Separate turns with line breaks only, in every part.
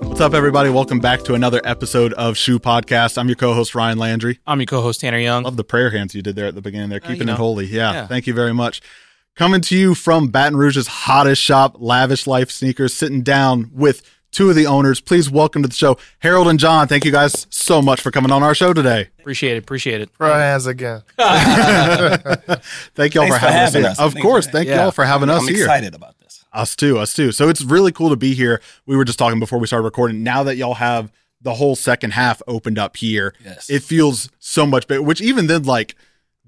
What's up, everybody? Welcome back to another episode of Shoe Podcast. I'm your co-host Ryan Landry.
I'm your co-host Tanner Young.
Love the prayer hands you did there at the beginning. There,
Uh,
keeping
you know.
it holy. Yeah,
Yeah.
thank you very much. Coming to you from Baton Rouge's hottest shop, Lavish Life Sneakers. Sitting down with two of the owners. Please welcome to the show, Harold and John. Thank you guys so much for coming on our show today.
Appreciate it. Appreciate it.
Right hands again.
Thank y'all
Thanks
for having, us. here. Of
Thanks
course,
for-
thank
yeah.
y'all for having us
I'm
here.
excited about this.
Us too, us too. So it's really cool to be here. We were just talking before we started recording. Now that y'all have the whole second half opened up here,
Yes.
it feels so much better. Which even then, like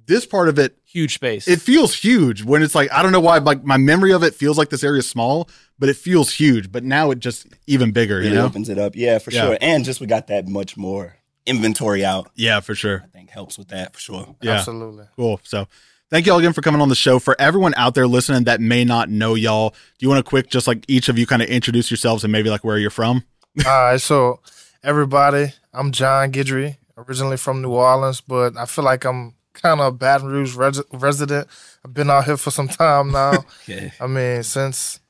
this part of it,
Huge space.
it feels huge. When it's like I don't know why, like my memory of it feels like this area is small, but it feels huge. But now it just even bigger,
really
you know?
opens it up. Yeah, for
Yeah.
sure. And just we got that much more inventory out.
Yeah, for sure.
I think helps with that for sure.
Yeah.
Absolutely.
Cool. So thank you all again for coming on the show. For everyone out there listening that may not know y'all, do you want to quick just like each of you kind of introduce yourselves and maybe like where you're from?
All right, so everybody, I'm John Guidry, originally from New Orleans, but I feel like I'm kind of a Baton Rouge res- resident. I've been out here for some time now.
Yeah.
I mean, since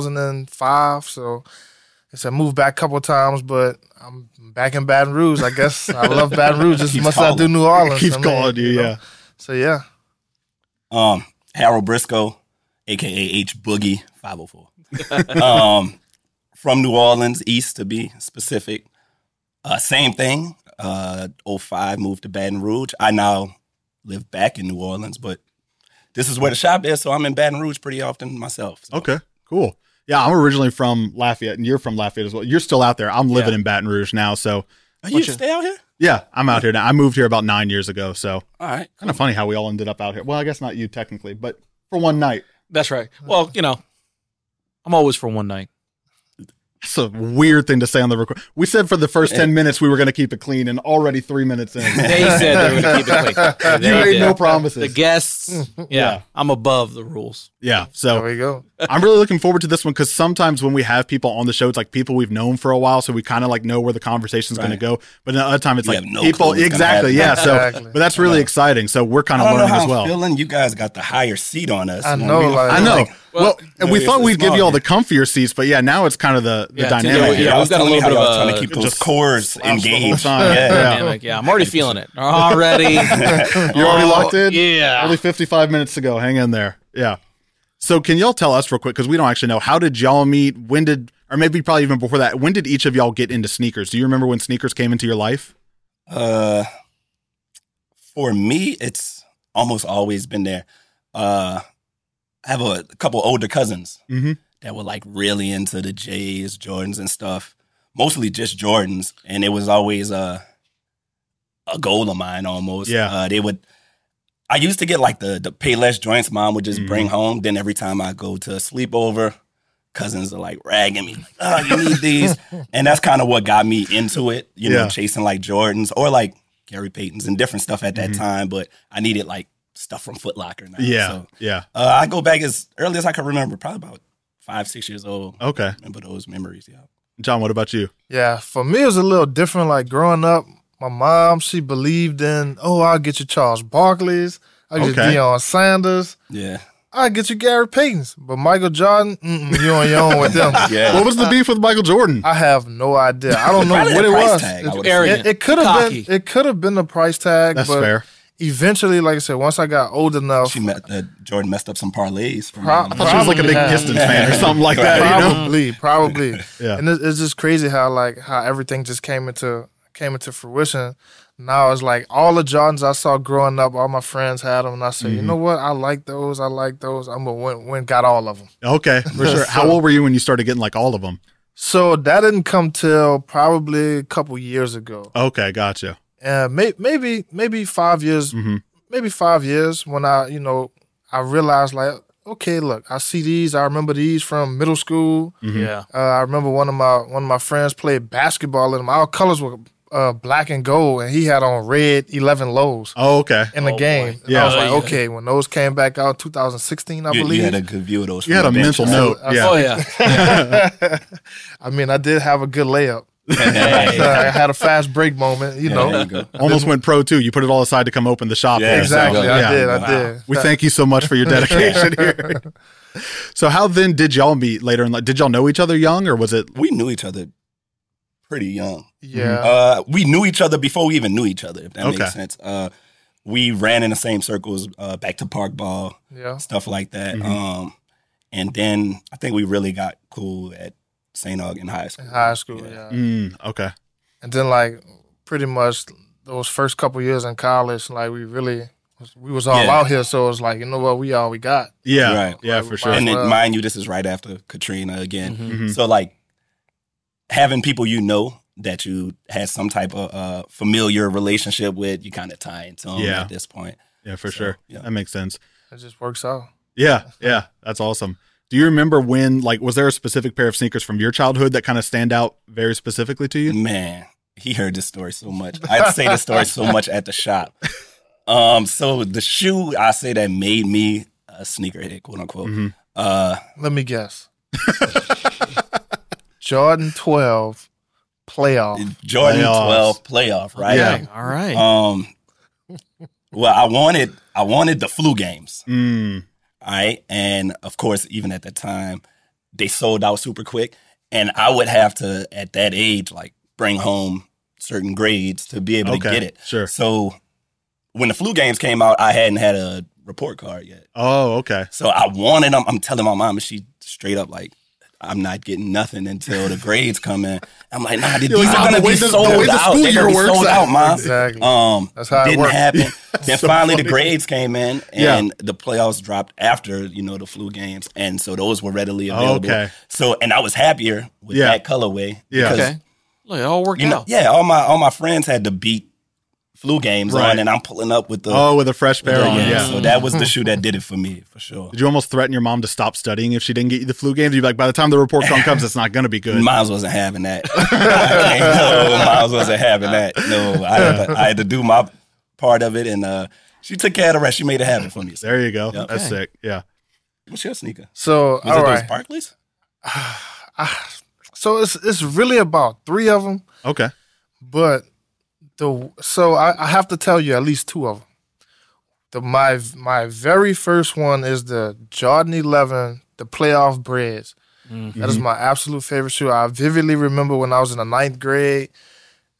2005. So I said moved back a couple times, but I'm back in Baton Rouge. I guess I love Baton Rouge as
Keeps
much as I do
calling.
New Orleans.
Keeps
I mean,
calling you,
know?
yeah.
So yeah,
Um, Harold Briscoe, aka H Boogie 504. um, from New Orleans, east to be specific. Uh, same thing. Uh, 05 moved to Baton Rouge. I now live back in New Orleans, but this is where the shop is, so I'm in Baton Rouge pretty often myself. so.
Okay, cool. Yeah, I'm originally from Lafayette, and you're from Lafayette as well. You're still out there. I'm living in Baton Rouge now, so
Are you stay out here?
yeah, I'm out here now. I moved here about nine years ago, so
All right.
kind of funny how we all ended up out here. Well, I guess not you technically, but for one night.
That's right. Well, you know, I'm always for one night.
That's a weird thing to say on the record. We said for the first ten minutes we were going to keep it clean, and already three minutes in,
They said they were going to keep it clean.
you
They
made
did.
no
the
promises.
guests. Yeah,
Yeah.
I'm above the rules.
Yeah,
there
so
we go.
I'm really looking forward to this one because sometimes when we have people on the show, it's like people we've known for a while, so we kind of like know where the conversation's going
Right.
to go. But another time, it's
You
like
have no clue
people
what's gonna
exactly, yeah.
happen.
So,
Exactly.
but that's really exciting. So we're kind
I
of
don't know
learning
how
as
I'm
well.
feeling. You guys got the higher seat on us.
I
When
know,
we-
like-
I know. well,
well,
and we
no,
thought
it's-
we'd
it's
give you all the
smaller.
comfier seats, but yeah, now it's kind of the, the
Yeah, to-
Yeah,
dynamic.
yeah,
I
we've
was
got a
telling
little
you how
bit of
y'all
a-
trying to keep those
uh, just
cores
the whole
engaged.
time.
Yeah.
Yeah.
Dynamic. Yeah, I'm already feeling it. Already. Oh,
You're already locked in?
Yeah.
Only 55 minutes to go. Hang in there. Yeah. So can y'all tell us real quick because we don't actually know how did y'all meet? When did or maybe probably even before that? When did each of y'all get into sneakers? Do you remember when sneakers came into your life?
Uh, for me, it's almost always been there. Uh, I have a, couple older cousins
Mhm.
that were like really into the J's, Jordans, and stuff. Mostly just Jordans, and it was always a a goal of mine almost.
Yeah.
uh, they would. I used to get like the the Payless joints. Mom would just
Mhm.
bring home. Then every time I go to a sleepover, cousins are like ragging me. Like, oh, you need these, and that's kind of what got me into it. You
Yeah.
know, chasing like Jordans or like Gary Paytons and different stuff at that
Mhm.
time. But I needed like stuff from Foot Locker now.
Yeah.
So,
Yeah.
uh, I go back as early as I can remember, probably about five, six years old. I
Okay.
remember those memories. Yeah.
John, what about you?
Yeah, for me it was a little different. Like growing up, my mom she believed in, oh, I'll get you Charles Barkley's, I'll get
Okay.
you Deion Sanders,
Yeah.
I'll get you Gary Payton's, but Michael Jordan, mm-mm, you on your own with them.
Yeah.
What was the beef with Michael Jordan?
Uh, I have no idea. I don't know
Probably
what
the
it
price
was.
tag, I
It-
would
Eric-
say.
It, it could have
Cocky.
been. It could have been the price tag.
That's
but
fair.
Eventually, like I said, once I got old enough,
She met uh, Jordan messed up some parlays. From
Pro-
I thought she was like a big
Probably.
distance fan or something like that. You know?
probably, probably.
Yeah.
And it's, it's just crazy how like how everything just came into came into fruition. Now it's like all the Jordans I saw growing up, all my friends had them, and I said, you know what, I like those, I like those. I'm gonna win, win got all of them.
Okay, for sure. How old were you when you started getting like all of them?
So that didn't come till probably a couple years ago,
Okay, gotcha.
and may, maybe maybe five years,
Mhm.
maybe five years when I you know I realized like. Okay, look, I see these. I remember these from middle school.
Yeah.
Uh, I remember one of my one of my friends played basketball in them. Our colors were uh, black and gold, and he had on red eleven lows
Oh, okay.
in the
Oh,
game.
boy.
And I was
Yeah.
like,
Oh, yeah.
okay, when those came back out, 2016, I
you,
believe.
you had a good view of those.
You
from
had a
the bench,
mental
right?
note. Yeah.
Oh yeah.
I mean, I did have a good layup. Uh,
Hey.
I had a fast break moment, you
Yeah,
know.
there you go.
Almost went pro too. You put it all aside to come open the shop.
Yeah,
Exactly,
so-
I
Yeah.
did. I
Wow.
did.
We
That-
thank you so much for your dedication here. So, how then did y'all meet later in life? Did y'all know each other young, or was it
We knew each other pretty young.
Yeah.
Uh, we knew each other before we even knew each other, if that
Okay.
makes sense. Uh, we ran in the same circles, uh, back to park ball,
yeah.
stuff like that.
Mhm.
Um, and then I think we really got cool at St. Aug in high school.
In high school,
Yeah.
yeah.
Mm, okay.
And then like pretty much those first couple years in college, like we really we was all
Yeah.
out here, so it was like, you know what, we all we got.
Yeah.
Right.
Yeah,
Like,
for sure.
my-
And
Well-
then, mind you, this is right after Katrina again.
Mhm.
Mhm.
So like having people you know that you had some type of uh, familiar relationship with, you kind of tie into 'em
Yeah.
at this point.
Yeah, for
So,
sure.
yeah.
That makes sense.
It just works out.
Yeah, yeah, that's awesome. Do you remember when, like, was there a specific pair of sneakers from your childhood that kind of stand out very specifically to you?
Man, he heard this story so much. I'd say this story so much at the shop. Um, so the shoe I say that made me a sneakerhead, quote unquote.
Mhm.
Uh,
Let me guess. Jordan twelve playoff.
Jordan
Playoffs.
twelve playoff, right?
Yeah. Uh,
Okay, All right.
Um, well, I wanted I wanted the flu games.
Mm,
All right. And of course, even at that time, they sold out super quick. And I would have to, at that age, like bring home certain grades to be able
okay,
to get it.
sure.
So when the flu games came out, I hadn't had a report card yet.
Oh, okay.
So I wanted them. I'm telling my mom, and she straight up like, I'm not getting nothing until the grades come in. I'm like, nah, these
You're like,
are
"Nah,
gonna
the way
be
the- the
sold
way the
out.
school
They're
year
gonna be
works
sold
out."
out, mom.
Exactly.
Um,
That's how it
didn't
works.
happen. then
so
finally
funny.
the grades came in, and
Yeah.
the playoffs dropped after you know the flu games, and so those were readily available.
Okay.
So and I was happier with
Yeah.
that colorway.
Yeah.
because,
Okay. Look, it all worked
You know,
out.
yeah, all my all my friends had to beat flu games
Right.
on, and I'm pulling up with the.
Oh, with a fresh
with
pair
the-
on.
yeah,
Yeah.
so that was the shoe that did it for me for sure.
Did you almost threaten your mom to stop studying if she didn't get you the flu games? You'd be like, by the time the report card comes, it's not going to be good.
Miles wasn't having that. I can't- no, Miles wasn't having that. No, I had, to, I had to do my part of it, and uh, she took care of the rest. She made it happen for me. So,
There you go.
Yep.
That's
Okay.
sick. Yeah.
what's your sneaker?
So
Was
all
it
right.
those Barclays?
Ah, so it's it's really about three of them,
Okay.
but the so I, I have to tell you at least two of them. The my my very first one is the Jordan Eleven, the playoff breads.
Mhm.
That is my absolute favorite shoe. I vividly remember when I was in the ninth grade,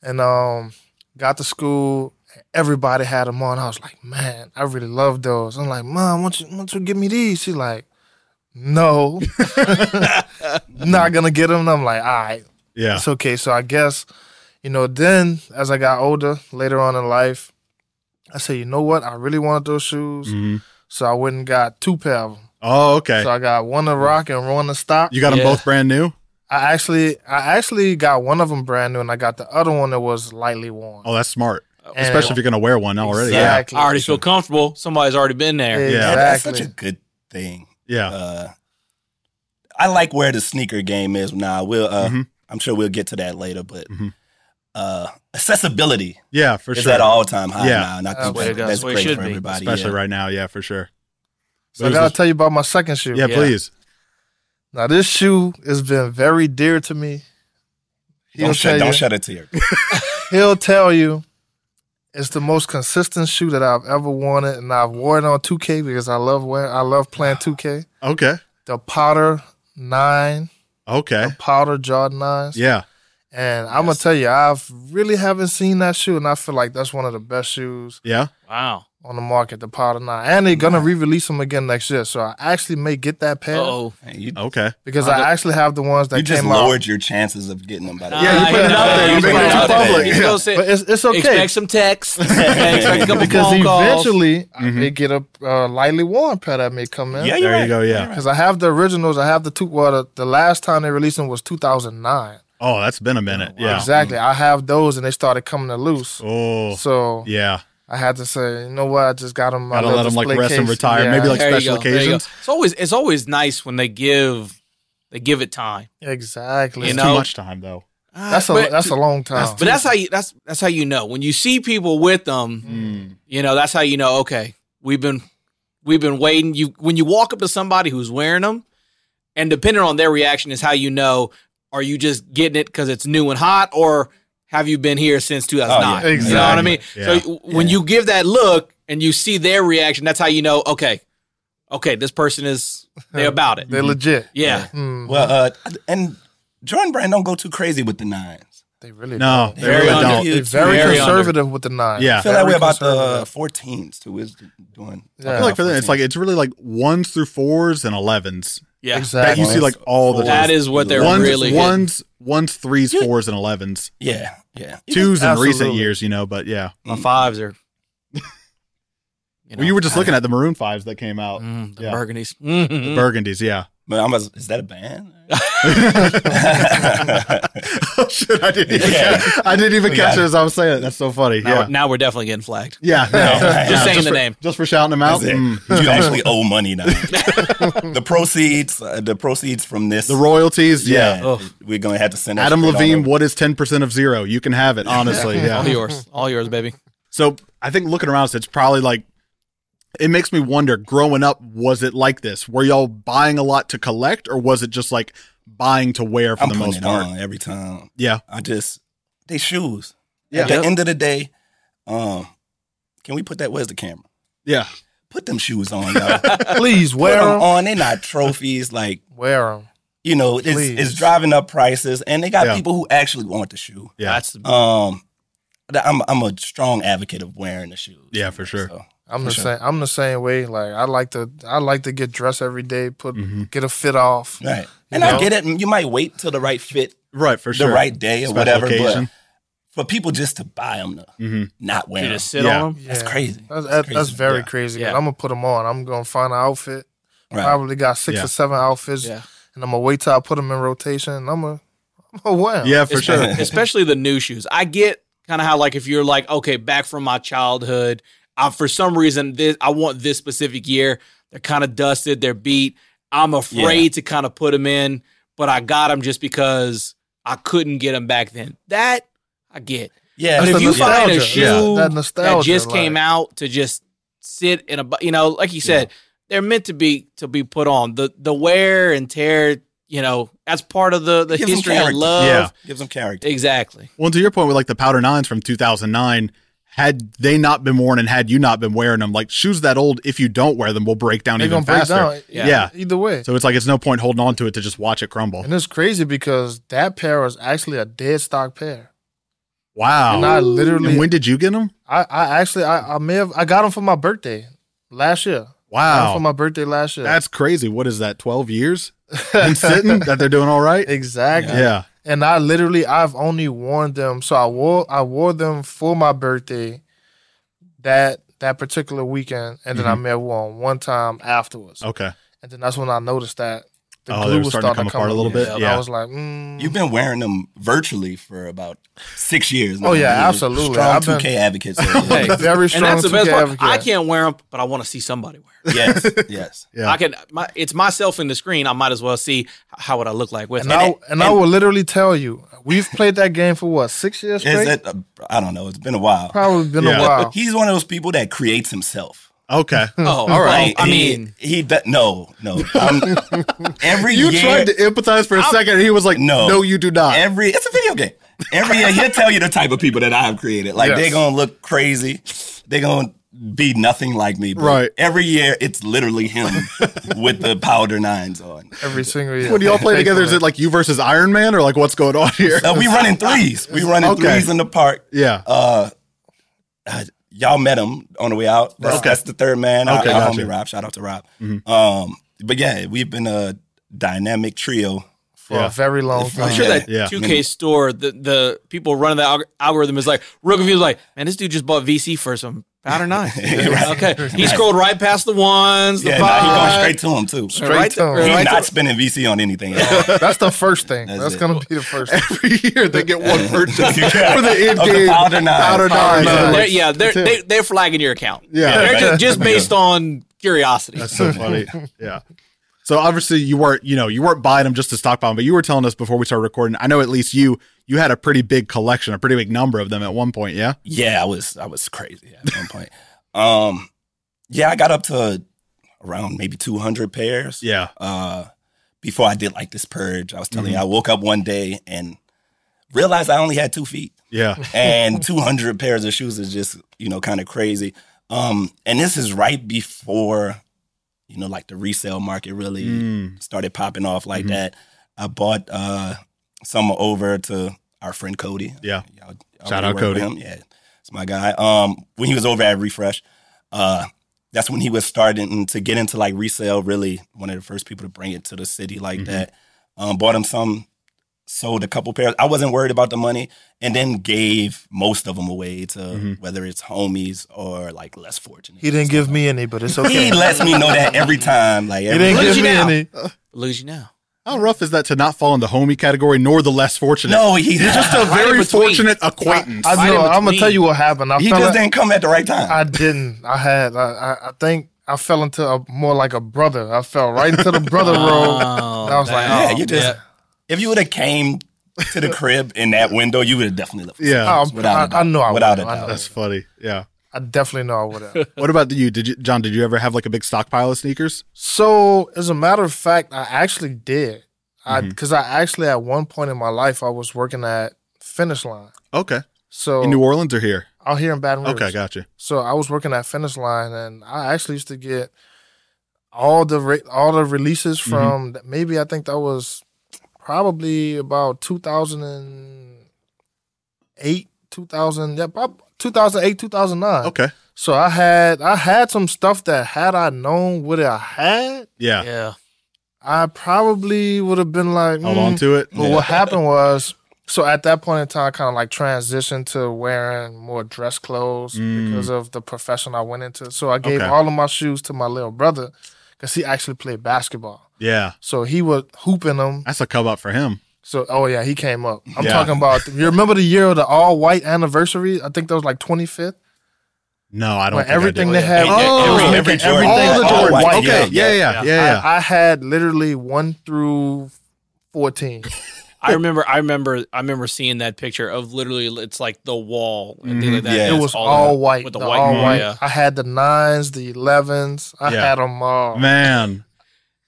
and um, got to school. Everybody had them on. I was like, man, I really love those. I'm like, mom, won't you, won't you give me these? She like, no, not gonna get them. And I'm like, all right,
Yeah.
it's okay. So I guess, you know, then as I got older, later on in life, I said, you know what? I really wanted those shoes.
Mhm.
So I went and got two pair of them.
Oh, okay.
So I got one to rock and one to stock.
You got them
Yeah.
both brand new?
I actually, I actually got one of them brand new, and I got the other one that was lightly worn.
Oh, that's smart.
And-
Especially if you're going to wear one already.
Exactly.
I already feel comfortable. Somebody's already been there.
Yeah.
Yeah, that's such
Exactly.
a good thing.
Yeah. Yeah.
Uh, I like where the sneaker game is now. We'll, uh,
Mhm.
I'm sure we'll get to that later, but
Mhm.
uh, accessibility
Yeah, for
is
sure.
at an all time high
Yeah.
now, and I
That's
think
where it
that-
goes.
that's
Where it
great
should
for
be.
everybody.
Especially
yeah.
right now. Yeah, for sure.
So I gotta tell you about my second shoe.
yeah,
Yeah.
please.
Now this shoe has been very dear to me. He'll
Don't,
tell
shed, don't
you.
shed a tear.
He'll tell you. It's the most consistent shoe that I've ever wanted, and I've worn it on 2K because I love wearing. I love playing 2K.
Okay.
The Powder Nine,
Okay.
the Powder Jordan Nines.
Yeah.
And I'm gonna tell you, I've really haven't seen that shoe, and I feel like that's one of the best shoes
Yeah.
Wow.
on the market, the Powder Nine. And they're gonna re-release them again next year, so I actually may get that pair
Oh,
Man, you
Okay.
because
Oh,
I
the-
actually have the ones that
you just
came out.
lowered your chances of getting them by the
Yeah, you put it out there. You
make it public.
He's
Yeah.
gonna say,
But it's it's okay
Expect some texts. expect a couple
because
phone calls.
eventually I
Mhm.
may get a uh, lightly worn pair that may come in.
Mm-hmm. Yeah,
There
you're
you
right.
go, yeah.
You're right.
Because I have the originals. I have the two. Well, the, the last time they released them was 2009.
Oh, that's been a minute. Yeah.
Exactly. I have those, and they started coming to loose.
Oh.
So
Yeah.
I had to say, you know what? I just got them.
Gotta let them, like, rest and retire. Maybe, like,
There you
special
go, there you go.
occasions.
It's always it's always nice when they give they give it time.
exactly.
It's
You know-
too much time though.
that's a
but,
that's a long time.
but that's how you that's that's how you know when you see people with them.
Mm-hmm.
You know that's how you know. Okay, we've been we've been waiting. You when you walk up to somebody who's wearing them, and depending on their reaction is how you know. Are you just getting it because it's new and hot, or have you been here since 2009?
Oh, yeah.
You know what I
Exactly.
mean?
Yeah.
So when you give that look and you see their reaction, that's how you know. Okay, okay, this person is they about it.
They're legit.
yeah.
Mm.
Well, uh, and Jordan Brand don't go too crazy with the nines.
They really
No,
don't.
they really
under-
don't.
They're very,
Very under.
conservative with the nine.
Yeah.
I feel that
Very
way about the
conservative.
14s too. Is doing.
I
Yeah.
feel like for them, it's like it's really like ones through fours and elevens
Yeah,
that you
exactly.
see like all the
That
time.
is what they're
Ones,
really hitting.
ones, ones, threes, fours, and elevens.
yeah, yeah.
Twos in recent
Absolutely.
years, you know, but yeah.
my fives are.
You, well, you were just looking at the maroon fives that came out,
Mm, the
Yeah.
burgundies.
the
Mhm.
burgundies. Yeah.
But I'm a, is that a band?
oh shit! I didn't even.
Yeah.
Catch, I didn't even
We
catch
got
it
it.
as I was saying it. That's so funny.
now,
Yeah.
now we're definitely getting flagged.
Yeah.
Just
saying the
for,
name.
Just for shouting them out.
That's it.
Mm.
you actually owe money now. the proceeds, uh, the proceeds from this,
The royalties. Yeah.
Ugh.
we're gonna have to send that
Adam
straight on
Levine,
over.
what is 10% of zero? You can have it, honestly. Yeah.
All yours, all yours, baby.
So I think looking around, it's probably like it makes me wonder. Growing up, was it like this? Were y'all buying a lot to collect, or was it just like buying to wear for
I'm
the
putting
most
it
part?
on every time.
Yeah,
I just they shoes.
Yeah.
At the
Yep.
end of the day, um, can we put that? Where's the camera?
yeah.
Put them shoes on, y'all.
Please
Put
wear
them
them.
on. They're not trophies. Like
Wear them.
you know, it's
Please.
it's driving up prices, and they got
Yeah.
people who actually want the shoe.
Yeah.
That's the,
Um, th- I'm I'm a strong advocate of wearing the shoes.
Yeah, for sure.
So,
I'm
For
the
sure.
same. I'm the same way. Like I like to. I like to get dressed every day. Put
Mhm.
get a fit off.
right, and
You
I
know?
get it. You might wait till the right fit,
Right, for sure.
the right day or
Special
whatever.
occasion.
But for people just to buy them, to
Mhm.
not wear
you
'em.
just sit
Yeah.
on them.
that's
Yeah.
crazy.
That's, that's,
crazy.
that's very
Yeah.
crazy.
Yeah.
I'm gonna put them on. I'm gonna find an outfit.
Right.
Probably got six
Yeah.
or seven outfits,
Yeah,
and I'm gonna wait till I put them in rotation. And I'm gonna, I'm gonna wear 'em.
Yeah, for
Espe-
sure.
Especially the new shoes. I get kind of how like if you're like okay, back from my childhood, I, for some reason this I want this specific year. They're kind of dusted. They're beat. I'm afraid to kind of put them in, but I got them just because I couldn't get them back then. That I get.
Yeah,
But
That's
if
the
you find a
nostalgia.
shoe
Yeah.
That
that
nostalgia
just came
like-
out to just sit in a, bu- you know, like you said, they're meant to be to be put on. The the wear and tear, you know, that's part of the the
Gives 'em
history and
character.
love.
give some character.
Exactly.
Well, to your point with like the powder nines from 2009, had they not been worn and had you not been wearing them, like shoes that old, if you don't wear them, will break down
They're
even
gonna break
faster.
down.
Yeah.
Yeah.
Either way.
So it's like it's no point holding on to it to just watch it crumble.
and it's crazy because that pair was actually a dead stock pair.
Wow.
And I literally,
And when did you get them?
I, I actually, I, I may have, I got them for my birthday last year. Got 'em
Wow.
for my birthday last year.
That's crazy. What is that? 12 years? been sitting that they're doing all right.
exactly.
Yeah.
And I literally, I've only worn them. So I wore, I wore them for my birthday that that particular weekend, and then I
Mm-hmm.
may have worn one time afterwards.
Okay.
And then that's when I noticed that the
Oh, they
glue
were
was
starting to
starting
come apart a little
loose.
bit?
And
Yeah.
I was like, mm.
You've been wearing them virtually for about six years. now.
Oh, yeah,
You're a
absolutely.
Strong
I've been-
2K advocates.
Hey.
very strong.
and that's the best
2K
part.
advocate.
I can't wear them, but I want to see somebody wear. 'em.
yes, yes.
Yeah.
I can. My, it's myself in the screen. I might as well see h- how would I look like with
And,
them.
I
it-
and I
and-
will literally tell you, we've played that game for what six years
Is
straight.
it? uh, I don't know. It's been a while.
Probably been
Yeah.
a while.
He's one of those people that creates himself.
Okay.
Oh, all right. I mean,
he, he do- no, no. I'm- every
You
year,
tried to uh, empathize for a second. And he was like,
No.
no, you do not.
every it's a video game. Every year, he'll tell you the type of people that I have created. Like
Yes.
they're gonna look crazy. They're gonna be nothing like me. But
Right.
Every year, it's literally him with the powder nines on.
Every single year.
when y'all play together, is it like you versus Iron Man or like what's going on here?
Uh, we running threes. We running
Okay.
threes in the park.
Yeah.
Uh, uh, y'all met him on the way out. That's,
Okay.
that's the third man. Our-
Okay,
our
gotcha. Mm-hmm.
homie Rob. Shout out to Rob. Um, but yeah, we've been a dynamic trio.
for
Yeah.
a very long
If-
time.
I'm sure that
Yeah.
2K store, the, the people running the alg- algorithm is like, real confused, like, man, this dude just bought VC for some powder nine.
Right.
Okay. He
Right.
scrolled right past the ones, the
Yeah,
yeah,
nah, he going
five.
straight to him too.
straight
right
to
to-
him.
He's
right to-
not spending VC on anything. at all.
That's the first thing.
That's
That's,
it.
gonna be the first. thing.
Every year they get one purchase
Yeah.
for the end
Of the
game.
powder nine.
Powder nine.
Powder nine.
Like,
They're, yeah, they're,
That's it.
they, they're flagging your account.
Yeah.
They're
Yeah,
ju-
right.
just, based on curiosity.
That's so funny. yeah. So obviously you weren't, you know, you weren't buying them just to stockpile, 'em, but you were telling us before we started recording. I know at least you, you had a pretty big collection, a pretty big number of them at one point. Yeah.
yeah, I was I was crazy at one point. Um, yeah, I got up to around maybe two hundred pairs.
Yeah.
uh, before I did like this purge. I was telling you, I woke up one day and realized I only had two feet
Yeah.
and 200 pairs of shoes is just, you know, kind of crazy. Um, and this is right before, you know, like the resale market really
Mm. Mm-hmm.
started popping off like
Mhm.
that. I bought uh, some over to our friend Cody.
Yeah.
Y'all- y'all
Shout
really
out
work
Cody.
with him. Yeah, it's my guy. Um, when he was over at Refresh, uh, that's when he was starting to get into like resale. Really, one of the first people to bring it to the city like
Mhm.
that. Um, bought him some, sold a couple pairs. I wasn't worried about the money, and then gave most of them away to
Mhm.
whether it's homies or like less fortunate.
He didn't give me any, but it's okay.
He lets me know that every time. Like
He
every
didn't
Look at
give
you
me
now.
any.
Lose you now.
How rough is that to not fall in the homie category nor the less fortunate?
No, he
You're just a
Right in
very
between.
fortunate acquaintance.
I
Right in
know. I'm gonna
between.
tell you what happened. I
he
fell
just
in-
didn't come at the right time.
I didn't. I had. I, I, I think I fell into a more like a brother. I fell right into the brother role.
Oh,
I was like,
man.
oh,
yeah, you just
yeah.
if you would have came to the crib in that window, you would have definitely left.
yeah,
Oh,
Without a
I, I
doubt.
know I
Without
without
a
I know.
doubt.
that's funny. Yeah.
I definitely know I would have.
What about you? Did you, John? Did you ever have like a big stockpile of sneakers?
So, as a matter of fact, I actually did. I
Mhm.
because I actually at one point in my life I was working at Finish Line.
Okay,
So
in New Orleans or here?
out here in Baton Rouge.
Okay, gotcha.
So I was working at Finish Line, and I actually used to get all the re- all the releases from maybe I think that was probably about two thousand and eight, two thousand, yeah, two thousand eight, two thousand nine.
Okay,
So I had I had some stuff that had I known what I had,
yeah.
yeah.
I probably would have been like,
Hold
mm,
on to it.
but what happened was, so at that point in time, I kind of like transitioned to wearing more dress clothes
Mm.
because of the profession I went into. So I gave
Okay.
all of my shoes to my little brother because he actually played basketball.
Yeah,
So he was hooping them.
that's a come up for him.
So oh yeah, he came up. I'm
Yeah.
talking about. You remember the year of the all white anniversary? I think that was like 25th.
No, I don't. think I
When
did.
everything they had,
Oh,
every,
okay.
every Jordan,
all the
all
Jordans.
white,
okay, yeah, yeah, yeah. yeah,
I, I had literally one through fourteen.
I remember, I remember, I remember seeing that picture of literally, it's like the wall and things like that.
Mhm. Yeah.
it
It's
was all,
the-
white.
with the,
the
white,
all
one,
white.
Yeah.
I had the nines, the elevens. I
Yeah.
had them all.
Man,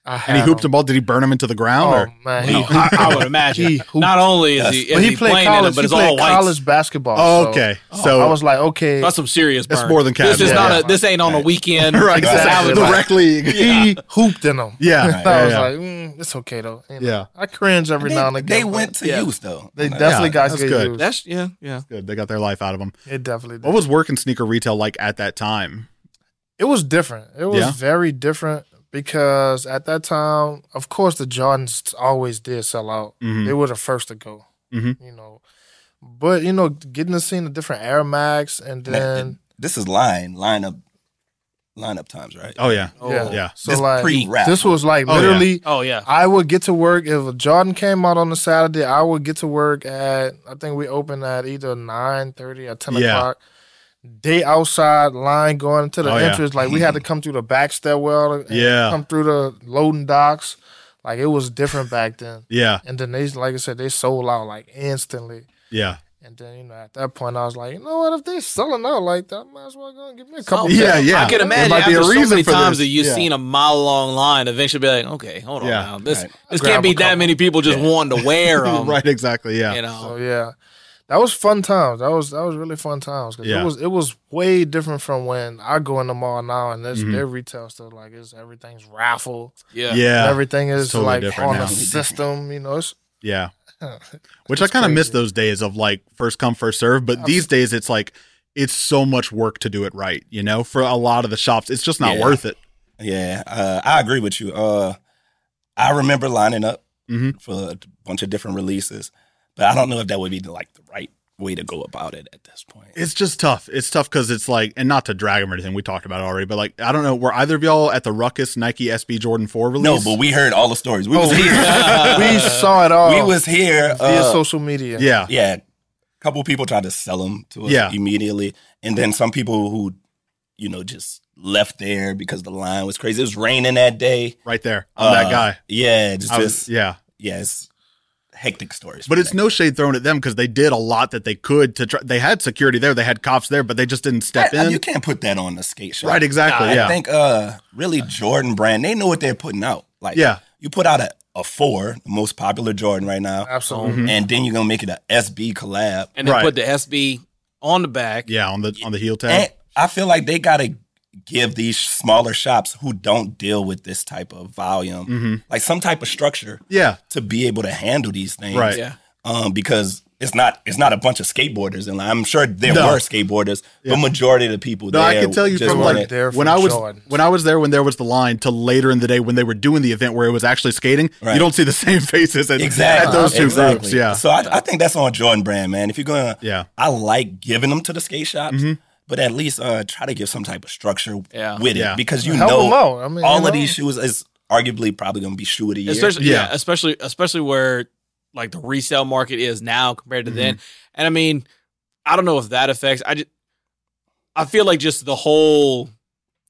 I
and he
had
hooped
them.
them all. Did he burn them into the ground?
Oh
or?
man,
No,
he,
I, I would imagine.
He hooped.
Not only is
Yes.
he, is
but he
he
played
playing in
college.
it, but
he
it's all
played
white.
college basketball.
Oh,
so
okay.
I
So
was like, okay,
That's some serious.
That's
burn.
more than
This is
casual.
not
Yeah.
a. This ain't on a
Right.
weekend.
right,
Exactly.
exactly. The
Like-
rec league.
he hooped in them.
Yeah,
Right.
I was
yeah,
like, mm, it's okay though. You know,
Yeah.
I cringe every
They,
now and again.
they
but
went to
Yeah.
use though.
They
Yeah,
definitely got
that's
good,
good.
use.
That's yeah, yeah.
Good. They got their life out of them.
it definitely did.
What was working sneaker retail like at that time?
It was different. It was
Yeah.
very different because at that time, of course, the Jordans always did sell out.
Mhm.
They were the first to go.
Mhm.
You know, but you know, getting to see the different Air Max and
And that-
then
This is line lineup lineup times, right?
Oh yeah,
yeah,
yeah.
So
this
like,
pre-rap.
this was like
Oh, yeah.
literally.
Oh yeah.
I would get to work if a Jordan came out on a Saturday. I would get to work at I think we opened at either nine thirty or ten
Yeah.
o'clock. Day outside line going to the
Oh, yeah.
entrance. Like we had to come through the back stairwell. And
Yeah.
come through the loading docks. Like it was different back then.
yeah,
And then they, like I said, they sold out like instantly.
yeah,
And then you know at that point I was like, you know what? If they selling out like that, I might as well go and give me a couple.
Something.
yeah, yeah.
I can
There
imagine
might be a
after so
reason
many
for
times
this.
that you've
Yeah.
seen a mile long line, eventually be like, okay, hold on
Yeah.
now. This
Right.
this
Grab
can't be
a
that
couple.
many people just wanting to wear them.
right, exactly. Yeah,
You
So
know.
yeah, that was fun times. That was that was really fun times 'cause
Yeah.
it was it was way different from when I go in the mall now and there's
Mhm.
their retail stuff like it's everything's raffle,
Yeah.
yeah,
everything is
totally
like
different
on
now.
a system. You know, it's
yeah. Which I kind of miss
crazy.
those days of like first come first serve, but these days it's like it's so much work to do it right. You know, for a lot of the shops, it's just not
Yeah.
worth it.
Yeah, uh, I agree with you. Uh, I remember lining up
Mm-hmm.
Mhm.
for a bunch of different releases, but I don't know if that would be like the right way to go about it at this point.
It's just tough. It's tough because it's like, and not to drag them or anything. We talked about it already, but like, I don't know. Were either of y'all at the Ruckus Nike SB Jordan Four release?
no, but we heard all the stories. We was here.
we saw it all.
we was here.
Oh. via
uh,
social media.
yeah,
yeah, a couple people tried to sell them to us
Yeah.
immediately, and then some people who, you know, just left there because the line was crazy. It was raining that day.
right there. I'm that
Uh,
guy.
Yeah, it's
I was-
just
yeah.
yeah, it's hectic stories.
But it's no shade thrown at them because they did a lot that they could to try. They had security there, they had cops there, but they just didn't step
I- I-
in.
You can't put that on the skate shop.
right, exactly.
I
yeah.
think uh really Jordan brand, they know what they're putting out. Like
yeah.
you put out a, a four, the most popular Jordan right now,
absolutely.
Mhm.
and then you're gonna make it a SB collab.
And then
Right.
put the SB on the back.
Yeah. On the on the heel
And
tag.
I feel like they gotta give these smaller shops who don't deal with this type of volume,
hmm
like some type of structure
Yeah.
to be able to handle these things.
Right.
Yeah.
Um, because it's not it's not a bunch of skateboarders, and I'm sure there
No.
were skateboarders.
Yeah.
The majority of the people
No,
there,
I can tell you
just
from
wanted-
like
there
when
for
I was
Jordan.
when I was there when there was the line to later in the day when they were doing the event where it was actually skating. You
Right.
don't see the same faces at,
exactly
at those two
exactly.
groups. Yeah,
So I, I think that's on Jordan Brand, man. If you're gonna,
Yeah.
I like giving them to the skate shops,
Mm-hmm.
but at least uh, try to give some type of structure
Yeah.
with it
Yeah.
because you
Help 'em
know
out. I mean,
all
you
of
know.
these shoes is arguably probably gonna be shoe of the year.
especially
Yeah.
yeah. especially especially where like the resale market is now compared to then. And I mean, I don't know if that affects. I just, I feel like just the whole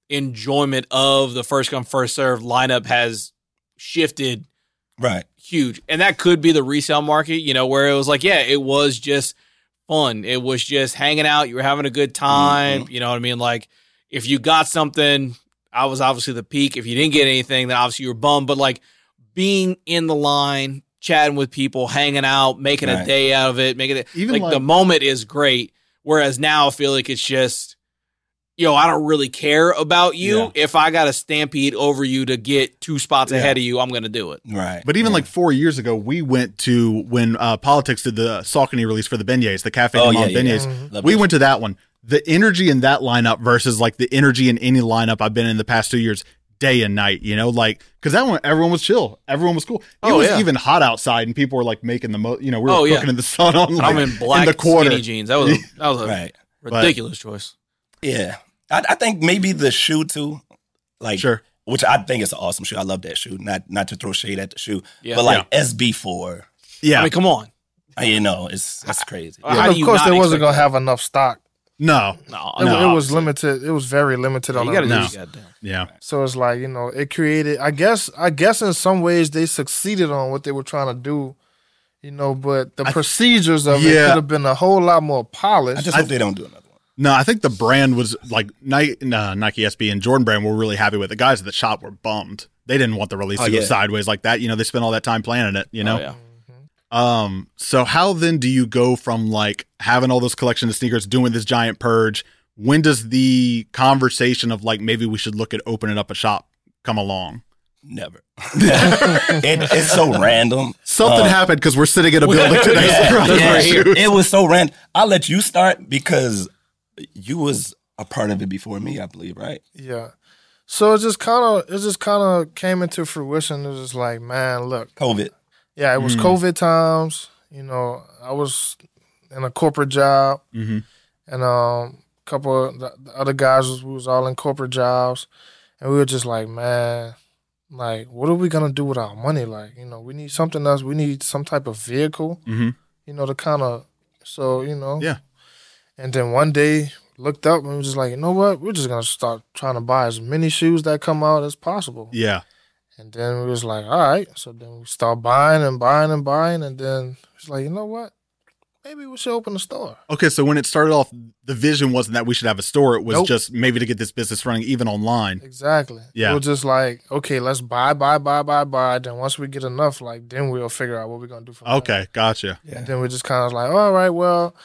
enjoyment of the first come first serve lineup has shifted
right.
huge, and that could be the resale market. You know, where it was like, yeah, it was just fun. It was just hanging out. You were having a good time.
Mm-hmm.
You know what I mean? Like, if you got something, I was obviously the peak. If you didn't get anything, then obviously you were bummed. But like being in the line, chatting with people, hanging out, making a
Right.
day out of it, making it
Even
like,
like-
the moment is great. Whereas now I feel like it's just, yo, I don't really care about you.
Yeah.
If I got to stampede over you to get two spots
Yeah.
ahead of you, I'm gonna do it.
Right.
But even
Yeah.
like four years ago, we went to when uh, politics did the Saucony release for the beignets, the Cafe
Oh,
oh,
yeah, yeah,
beignets.
Mm-hmm.
yeah. Love
We
that.
went to that one. The energy in that lineup versus like the energy in any lineup I've been in the past two years, day and night. You know, like because that one everyone was chill, everyone was cool. It
Oh,
was
yeah.
even hot outside, and people were like making the most. You know, we were
Oh, yeah.
cooking in the sun on like,
I'm in black
the quarter.
skinny jeans. That was a, that was a
right.
ridiculous choice.
Yeah. I, I think maybe the shoe too, like
Sure.
which I think is an awesome shoe. I love that shoe. Not not to throw shade at the shoe,
Yeah.
but like SB four, uh,
Yeah,
I mean, come on.
you know, it's that's crazy.
Uh,
Yeah.
how
And
do
of
you
course,
not
they wasn't
expect
gonna have enough stock.
no,
No,
It,
No,
it was limited. It was very limited on
you got to do
No.
what you got to do.
yeah,
So it's like you know, it created. I guess. I guess in some ways they succeeded on what they were trying to do. You know, but the procedures of it
Yeah.
could have been a whole lot more
I
polished.
just hope they don't do another one.
no. I think the brand was like Nike, uh, Nike SB and Jordan brand were really happy with it. The guys at the shop were bummed. They didn't want the release
Oh,
to go
yeah.
sideways like that. You know, they spent all that time planning it. You know,
Oh, yeah.
Mm-hmm.
Um, so how then do you go from like having all this collection of sneakers, doing this giant purge? When does the conversation of like maybe we should look at opening up a shop come along?
Never. it, it's so random.
Something
Uh,
happened because we're sitting in a building today.
Yeah,
Surprise you.
it was so random. I'll let you start because you was a part of it before me, I believe, right?
yeah. So it just kind of it just kind of came into fruition. It was just like, man, look,
COVID.
yeah, it was
Mm.
COVID times. You know, I was in a corporate job.
Mhm.
and um a couple of the the other guys was, we was all in corporate jobs and we were just like man like what are we gonna do with our money like you know we need something else we need some type of vehicle
Mhm.
you know to kind of so you know
Yeah.
and then one day looked up and was just like you know what we're just gonna start trying to buy as many shoes that come out as possible
Yeah.
and then we was like, all right. So then we start buying and buying and buying. And then it's like, you know what? Maybe we should open a store.
Okay. So when it started off, the vision wasn't that we should have a store. It was
Nope.
just maybe to get this business running even online.
Exactly.
Yeah.
We're just like, okay, let's buy, buy, buy, buy, buy. Then once we get enough, like, then we'll figure out what we're gonna do from there.
Oh, Okay. Gotcha.
Yeah.
Then we're just kind of like, all right, well,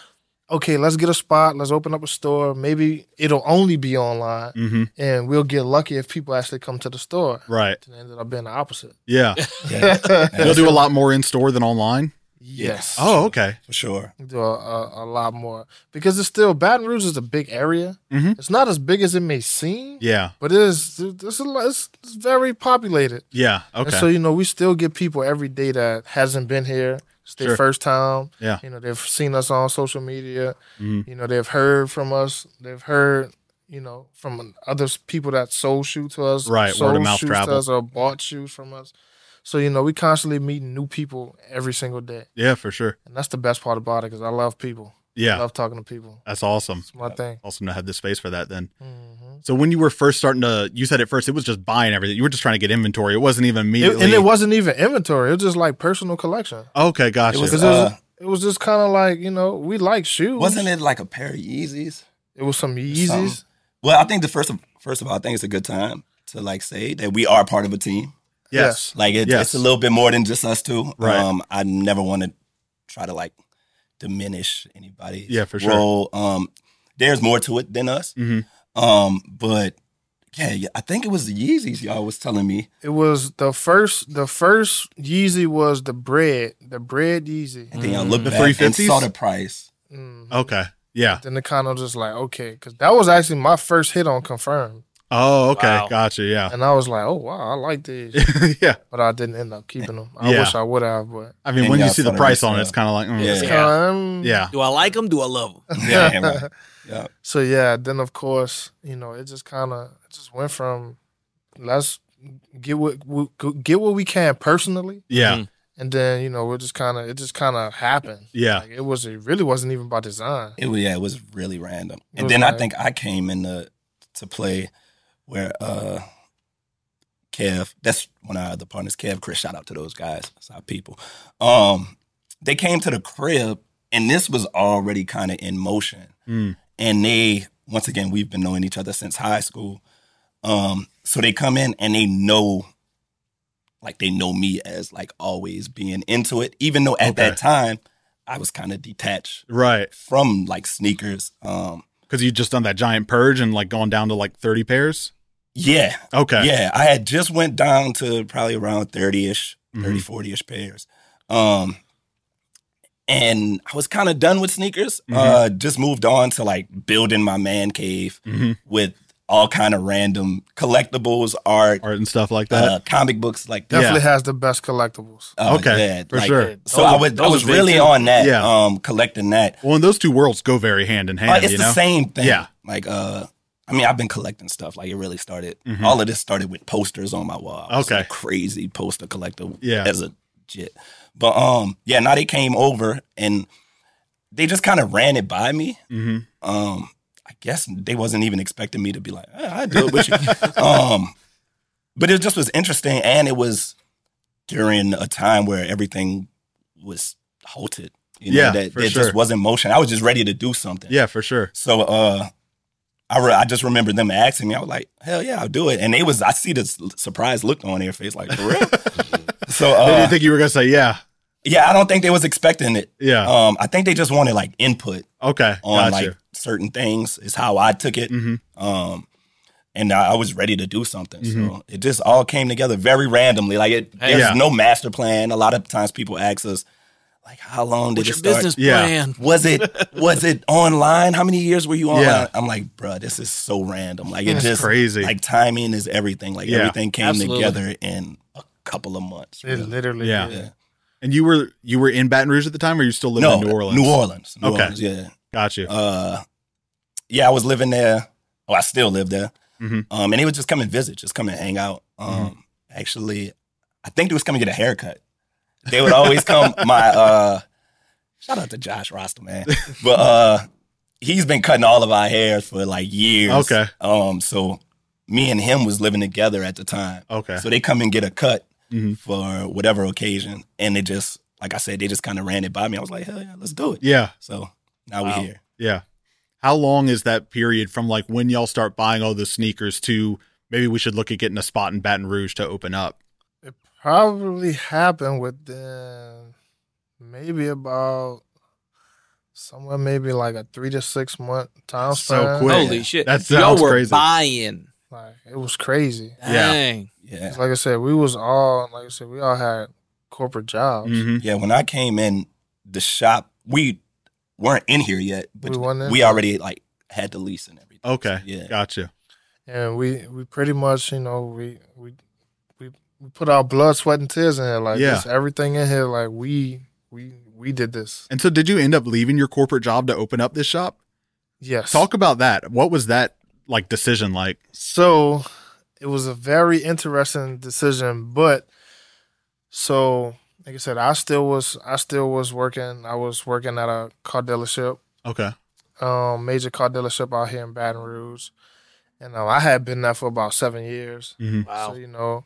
okay, let's get a spot. Let's open up a store. Maybe it'll only be online,
Mm-hmm.
and we'll get lucky if people actually come to the store.
Right.
It ended up being the opposite.
Yeah.
Yeah,
You'll do a lot more in store than online.
Yes.
Oh, okay.
for sure.
do a, a, a lot more because it's still Baton Rouge is a big area.
Mhm.
It's not as big as it may seem,
Yeah.
but it is. It's, a, lot- it's, it's very populated,
Yeah.
and so
Okay.
you know we still get people every day that hasn't been here. It's their
Sure.
first time.
Yeah.
you know they've seen us on social media.
Mhm.
You know they've heard from us. They've heard you know from other s- people that sold shoes to us,
Right,
Sold
word of mouth
shoes
travel.
to us or bought shoes from us. So you know we constantly meet new people every single day,
Yeah, for sure.
and that's the best part about it because I love people. I
Yeah.
love talking to people.
That's awesome.
It's my thing.
Awesome to have the space for that then.
hmm
So when you were first starting to, you said at first it was just buying everything. You were just trying to get inventory. It wasn't even immediately.
and it wasn't even inventory. It was just like personal collection.
okay, gotcha.
It was,
'Cause it was,
uh,
it was just kind of like you know we like shoes.
wasn't it like a pair of Yeezys?
It was some
Something.
Yeezys.
Well, I think the first of first of all, I think it's a good time to like say that we are part of a team.
yes.
Like it,
Yes.
it's a little bit more than just us two.
Right.
Um, I never want to try to like diminish anybody's
Yeah, for sure.
role. Um, there's more to it than us.
Mhm.
Um, but yeah, yeah, I think it was the Yeezys y'all was telling me.
It was the first. The first Yeezy was the bread. The bread Yeezy.
And then I
Mm.
looked
The
back and
350s?
saw the price.
Mm.
Okay. Yeah.
Then the kind of just like okay, because that was actually my first hit on confirmed,
Oh, okay.
Wow.
Gotcha. Yeah.
and I was like, oh wow, I like these,
yeah.
but I didn't end up keeping them. I
Yeah.
wish I would have, but
I mean,
And
when you
y'all
see the
saw the
price
rest
on it,
of-
it's kind of like, mm,
Yeah.
yeah.
Yeah.
Um,
Do I like them? Do I love them?
Yeah, right. yeah.
So yeah, then of course, you know, it just kind of it just went from let's get what we, get what we can personally,
Yeah.
Mhm.
and then you know we're just kind of it just kind of happened.
Yeah.
Like, it was it really wasn't even by design.
It was yeah, it was really random.
It
And
was
then I
like-
think I came in to, to play where uh Kev, that's one of our other partners, Kev, Chris, shout out to those guys, that's our people. Um they came to the crib and this was already kind of in motion.
Mm.
And they once again we've been knowing each other since high school. Um so they come in and they know like they know me as like always being into it, even though at
Okay.
that time I was kind of detached
Right.
from like sneakers. Um,
Because you just done that giant purge and like gone down to like 30 pairs.
yeah,
Okay.
yeah. I had just went down to probably around 30-ish,
Mhm.
30, 40-ish pairs. Um, and I was kind of done with sneakers.
Mm-hmm.
Uh, just moved on to like building my man cave
Mhm.
with all kind of random collectibles, art,
Art and stuff like that.
uh, comic books like that.
Definitely has the best collectibles.
Oh,
Okay,
yeah,
for
like-
sure.
So I was, I was really on that,
Yeah.
um, collecting that.
well, and those two worlds go very hand in hand,
Uh, it's
you
the
know?
same thing.
Yeah.
Like uh I mean I've been collecting stuff. Like it really started
Mhm.
all of this started with posters on my wall. I was
Okay.
a crazy poster collector
Yeah.
as a jit. But um yeah, now they came over and they just kind of ran it by me.
hmm
Um I guess they wasn't even expecting me to be like, eh, I do it with you. um but it just was interesting and it was during a time where everything was halted. You know,
Yeah,
that
for
it
sure.
just wasn't motion. I was just ready to do something.
Yeah, for sure.
So uh I, re- I just remember them asking me. I was like, "Hell yeah, I'll do it!" And they was I see this surprised look on their face, like for real. so
they didn't
uh,
think you were going to say, yeah.
yeah, I don't think they was expecting it.
Yeah.
Um, I think they just wanted like input
okay.
on
Uh-huh. Gotcha.
like certain things. Is how I took it.
hmm
Um, and I, I was ready to do something. So it just all came together very randomly. Like it,
Hey.
there's
Mm-hmm. Yeah.
no master plan. A lot of times people ask us, like, "How long did
What's
it
your
start?"
business
Yeah.
plan?
was it was it online? How many years were you online?
Yeah.
I'm like, bruh, this is so random. Like it
That's
just
crazy.
Like timing is everything. Like
Yeah.
everything came
Absolutely.
together in a couple of months.
It
really.
literally,
Yeah.
did.
Yeah.
And you were you were in Baton Rouge at the time, or you still living
no,
in New Orleans?
New Orleans. New
Okay.
Orleans, yeah.
Gotcha.
Uh, yeah, I was living there. Oh, I still live there.
Mhm.
Um, and he would just come and visit, just come and hang out.
Mm-hmm.
Um, actually, I think they was coming to get a haircut. They would always come. My uh, shout out to Josh Roster, man. But uh, he's been cutting all of our hair for like years.
Okay.
Um, so me and him was living together at the time.
okay.
So they come and get a cut
Mhm.
for whatever occasion, and they just, like I said, they just kind of ran it by me. I was like, hell yeah, let's do it.
yeah.
So now
Wow.
we here.
Yeah. How long is that period from like when y'all start buying all the sneakers to maybe we should look at getting a spot in Baton Rouge to open up?
it probably happened within maybe about somewhere maybe like a three to six month time
So
span.
quick.
Holy shit!
That
Y'all
sounds
were
crazy.
buying.
Like it was crazy.
Yeah.
Dang.
Yeah.
'Cause Like I said, we was all like I said, we all had corporate jobs.
hmm
Yeah, when I came in the shop, we weren't in here yet, but
We
we,
weren't in
already like had the lease and everything.
Okay.
Yeah.
Gotcha.
and we we pretty much you know we we we, we put our blood, sweat, and tears in here. Like
Yeah.
it's everything in here. Like we we we did this.
And so did you end up leaving your corporate job to open up this shop?
Yes.
Talk about that. What was that like decision like?
So it was a very interesting decision, but so like I said, I still was I still was working. I was working at a car dealership,
Okay.
um, major car dealership out here in Baton Rouge, and um, I had been there for about seven years.
Mhm.
Wow.
So you know,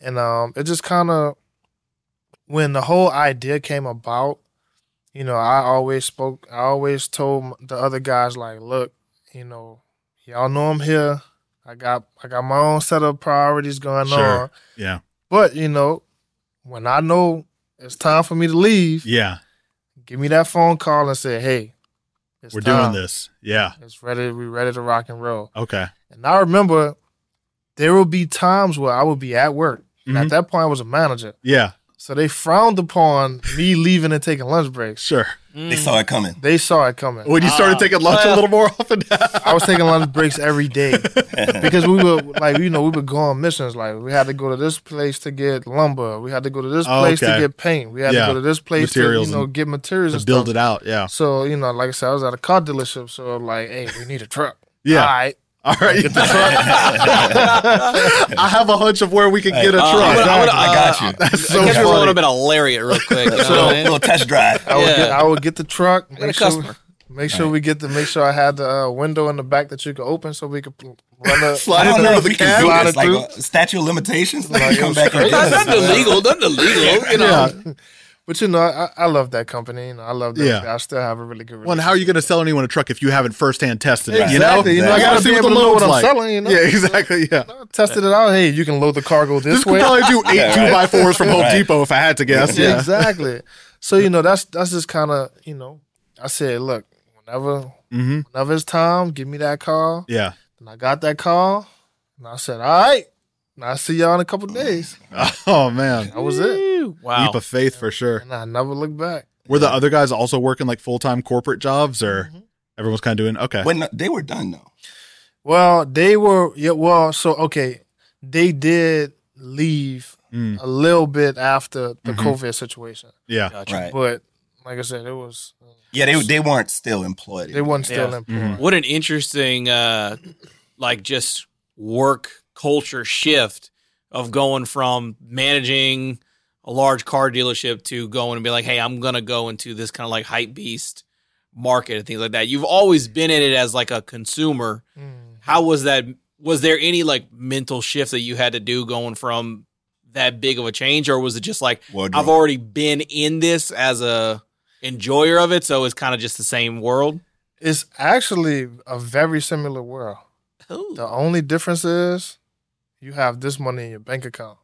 and um, it just kind of when the whole idea came about, you know, I always spoke. I always told m- the other guys like, look, you know, y'all know I'm here. I got I got my own set of priorities going
Sure.
on.
Yeah.
But you know, when I know it's time for me to leave,
Yeah.
give me that phone call and say, hey, it's
We're
time.
doing this. Yeah.
It's ready. We ready to rock and roll.
Okay.
And I remember there will be times where I would be at work. And
Mhm.
at that point, I was a manager.
Yeah,
So they frowned upon me leaving and taking lunch breaks.
sure.
Mm.
They saw it coming.
They saw it coming.
When you started
Ah,
taking lunch a
well.
little more often,
Uh, I was taking lunch breaks every day because we were like, you know, we would go on missions. Like we had to go to this place to get lumber. We had to go to this
Oh,
place
okay.
to get paint. We had
Yeah.
to go to this place
Materials
to, you know,
and-
get materials
to
and
build
stuff.
it out. Yeah,
So, you know, like I said, I was at a car dealership. So I'm like, hey, we need a truck.
Yeah.
All right.
all right. I have a hunch of where we could get a
Uh,
truck.
I'm gonna- I'm gonna-
I got you.
That's
I
so
guess
funny.
we're would have been a lariat real quick. You know
a
what
little,
I mean?
little test drive.
I would,
Yeah.
get, I would get the truck.
Get a
Make sure,
customer.
make sure we get the make sure I had the uh, window in the back that you could open so we could pl- run up.
Slide it under the
we
cab.
can do
Slide
this.
it
Like
through.
a statue of limitations. Like,
Like,
come
it was
back and
It's not-
get us.
Nothing illegal. Nothing illegal. You know.
But you know, I, I love that company. You know, I love that.
Yeah.
I still have a really good.
Well, and how are you going to sell anyone a truck if you haven't firsthand tested it?
Exactly.
You
You
know,
know,
I
I
got to
gotta
see
be
what the
able to know
load's
what I'm
like.
selling, you know?
Yeah, exactly. Yeah.
relationship. tested it out. Hey, you can load the cargo this,
This could
way.
probably do eight
Yeah,
two
right.
by fours from Home
Right.
Depot if I had to guess.
Yeah,
Yeah.
exactly. So you know, that's that's just kind of you know, I said, look, whenever
Mm-hmm.
whenever it's time, give me that call.
Yeah.
And I got that call, and I said, all right, and I'll see y'all in a couple days.
Oh man,
That was it,
Wow.
leap of faith for sure.
and I never looked back.
Were the other guys also working like full time corporate jobs, or
Mm-hmm.
everyone's kind of doing okay?
When they were done though.
Well, they were yeah. Well, so okay, they did leave
Mm,
a little bit after the
Mhm.
COVID situation,
yeah.
Gotcha.
Right.
but like I said, it was
Yeah, they they weren't still employed.
they wasn't still
Yeah.
employed.
Mhm.
What an interesting, uh, like, just work culture shift of going from managing a large car dealership to going and be like, hey, I'm gonna go into this kind of like hype beast market and things like that. You've always been in it as like a consumer.
Mm.
How was that? Was there any like mental shift that you had to do going from that big of a change, or was it just like
Wardrobe.
I've already been in this as a enjoyer of it, so it's kind of just the same world?
It's actually a very similar world. The only difference is you have this money in your bank account.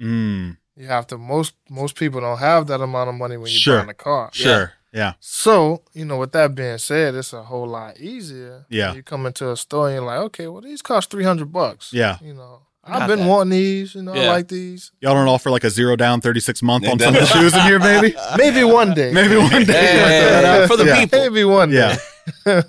Mm,
You have to most most people don't have that amount of money when you're
Sure.
buying a car.
sure. Yeah.
So, you know, with that being said, it's a whole lot easier.
Yeah.
You come into a store and you're like, okay, well these cost three hundred bucks.
Yeah.
You know.
Not
I've been
bad.
wanting these, you know,
Yeah.
I like these.
Y'all don't offer like a zero down thirty six month
They
on some of the
don't.
shoes in here, maybe.
Maybe one day.
Maybe one day.
Hey,
work
hey,
that
hey,
out.
for the
Yeah.
people.
Maybe one
Yeah.
day.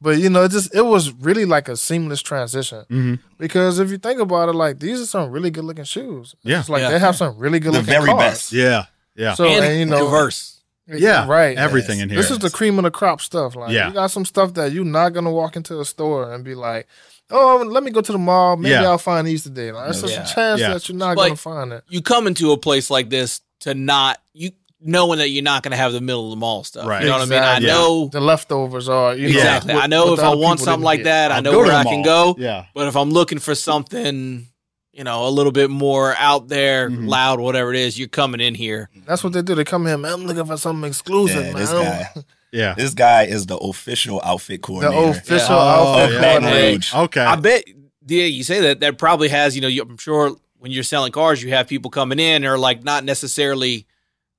but you know, it just it was really like a seamless transition.
Mhm.
Because if you think about it, like these are some really good looking shoes.
Yeah.
It's like
Yeah.
they have some really good
The
looking
very
cars.
best.
Yeah. Yeah.
So and, you know,
diverse.
yeah.
right.
Everything
Yes.
in here.
This is the cream of the crop stuff. Like
Yeah.
you got some stuff that you're not gonna walk into a store and be like, oh, let me go to the mall. Maybe
Yeah.
I'll find these today. Like, there's
Yeah.
a chance
Yeah.
that you're not
But-
gonna find it.
You come into a place like this to not you knowing that you're not going to have the middle of the mall stuff.
Right.
You know what I mean?
Exactly.
I know
The leftovers are you know,
exactly.
what-
I know
what
if
the
I
other
want
people
something
didn't
like
get.
that, I
I'll
know
go to
where
the
I can
mall.
go.
Yeah.
But if I'm looking for something, you know, a little bit more out there,
Mm-hmm.
Mhm.
loud, whatever it is, you're coming in here.
That's what they do. They come here, man. I'm looking for something exclusive,
Yeah,
man.
this
I don't-
guy.
Yeah.
This guy is the official outfit
The
coordinator.
official
Yeah.
outfit.
Oh,
Baton
coordinator.
Rouge.
Okay.
I bet, yeah, you say that. That probably has, you know, you, I'm sure when you're selling cars, you have people coming in or like not necessarily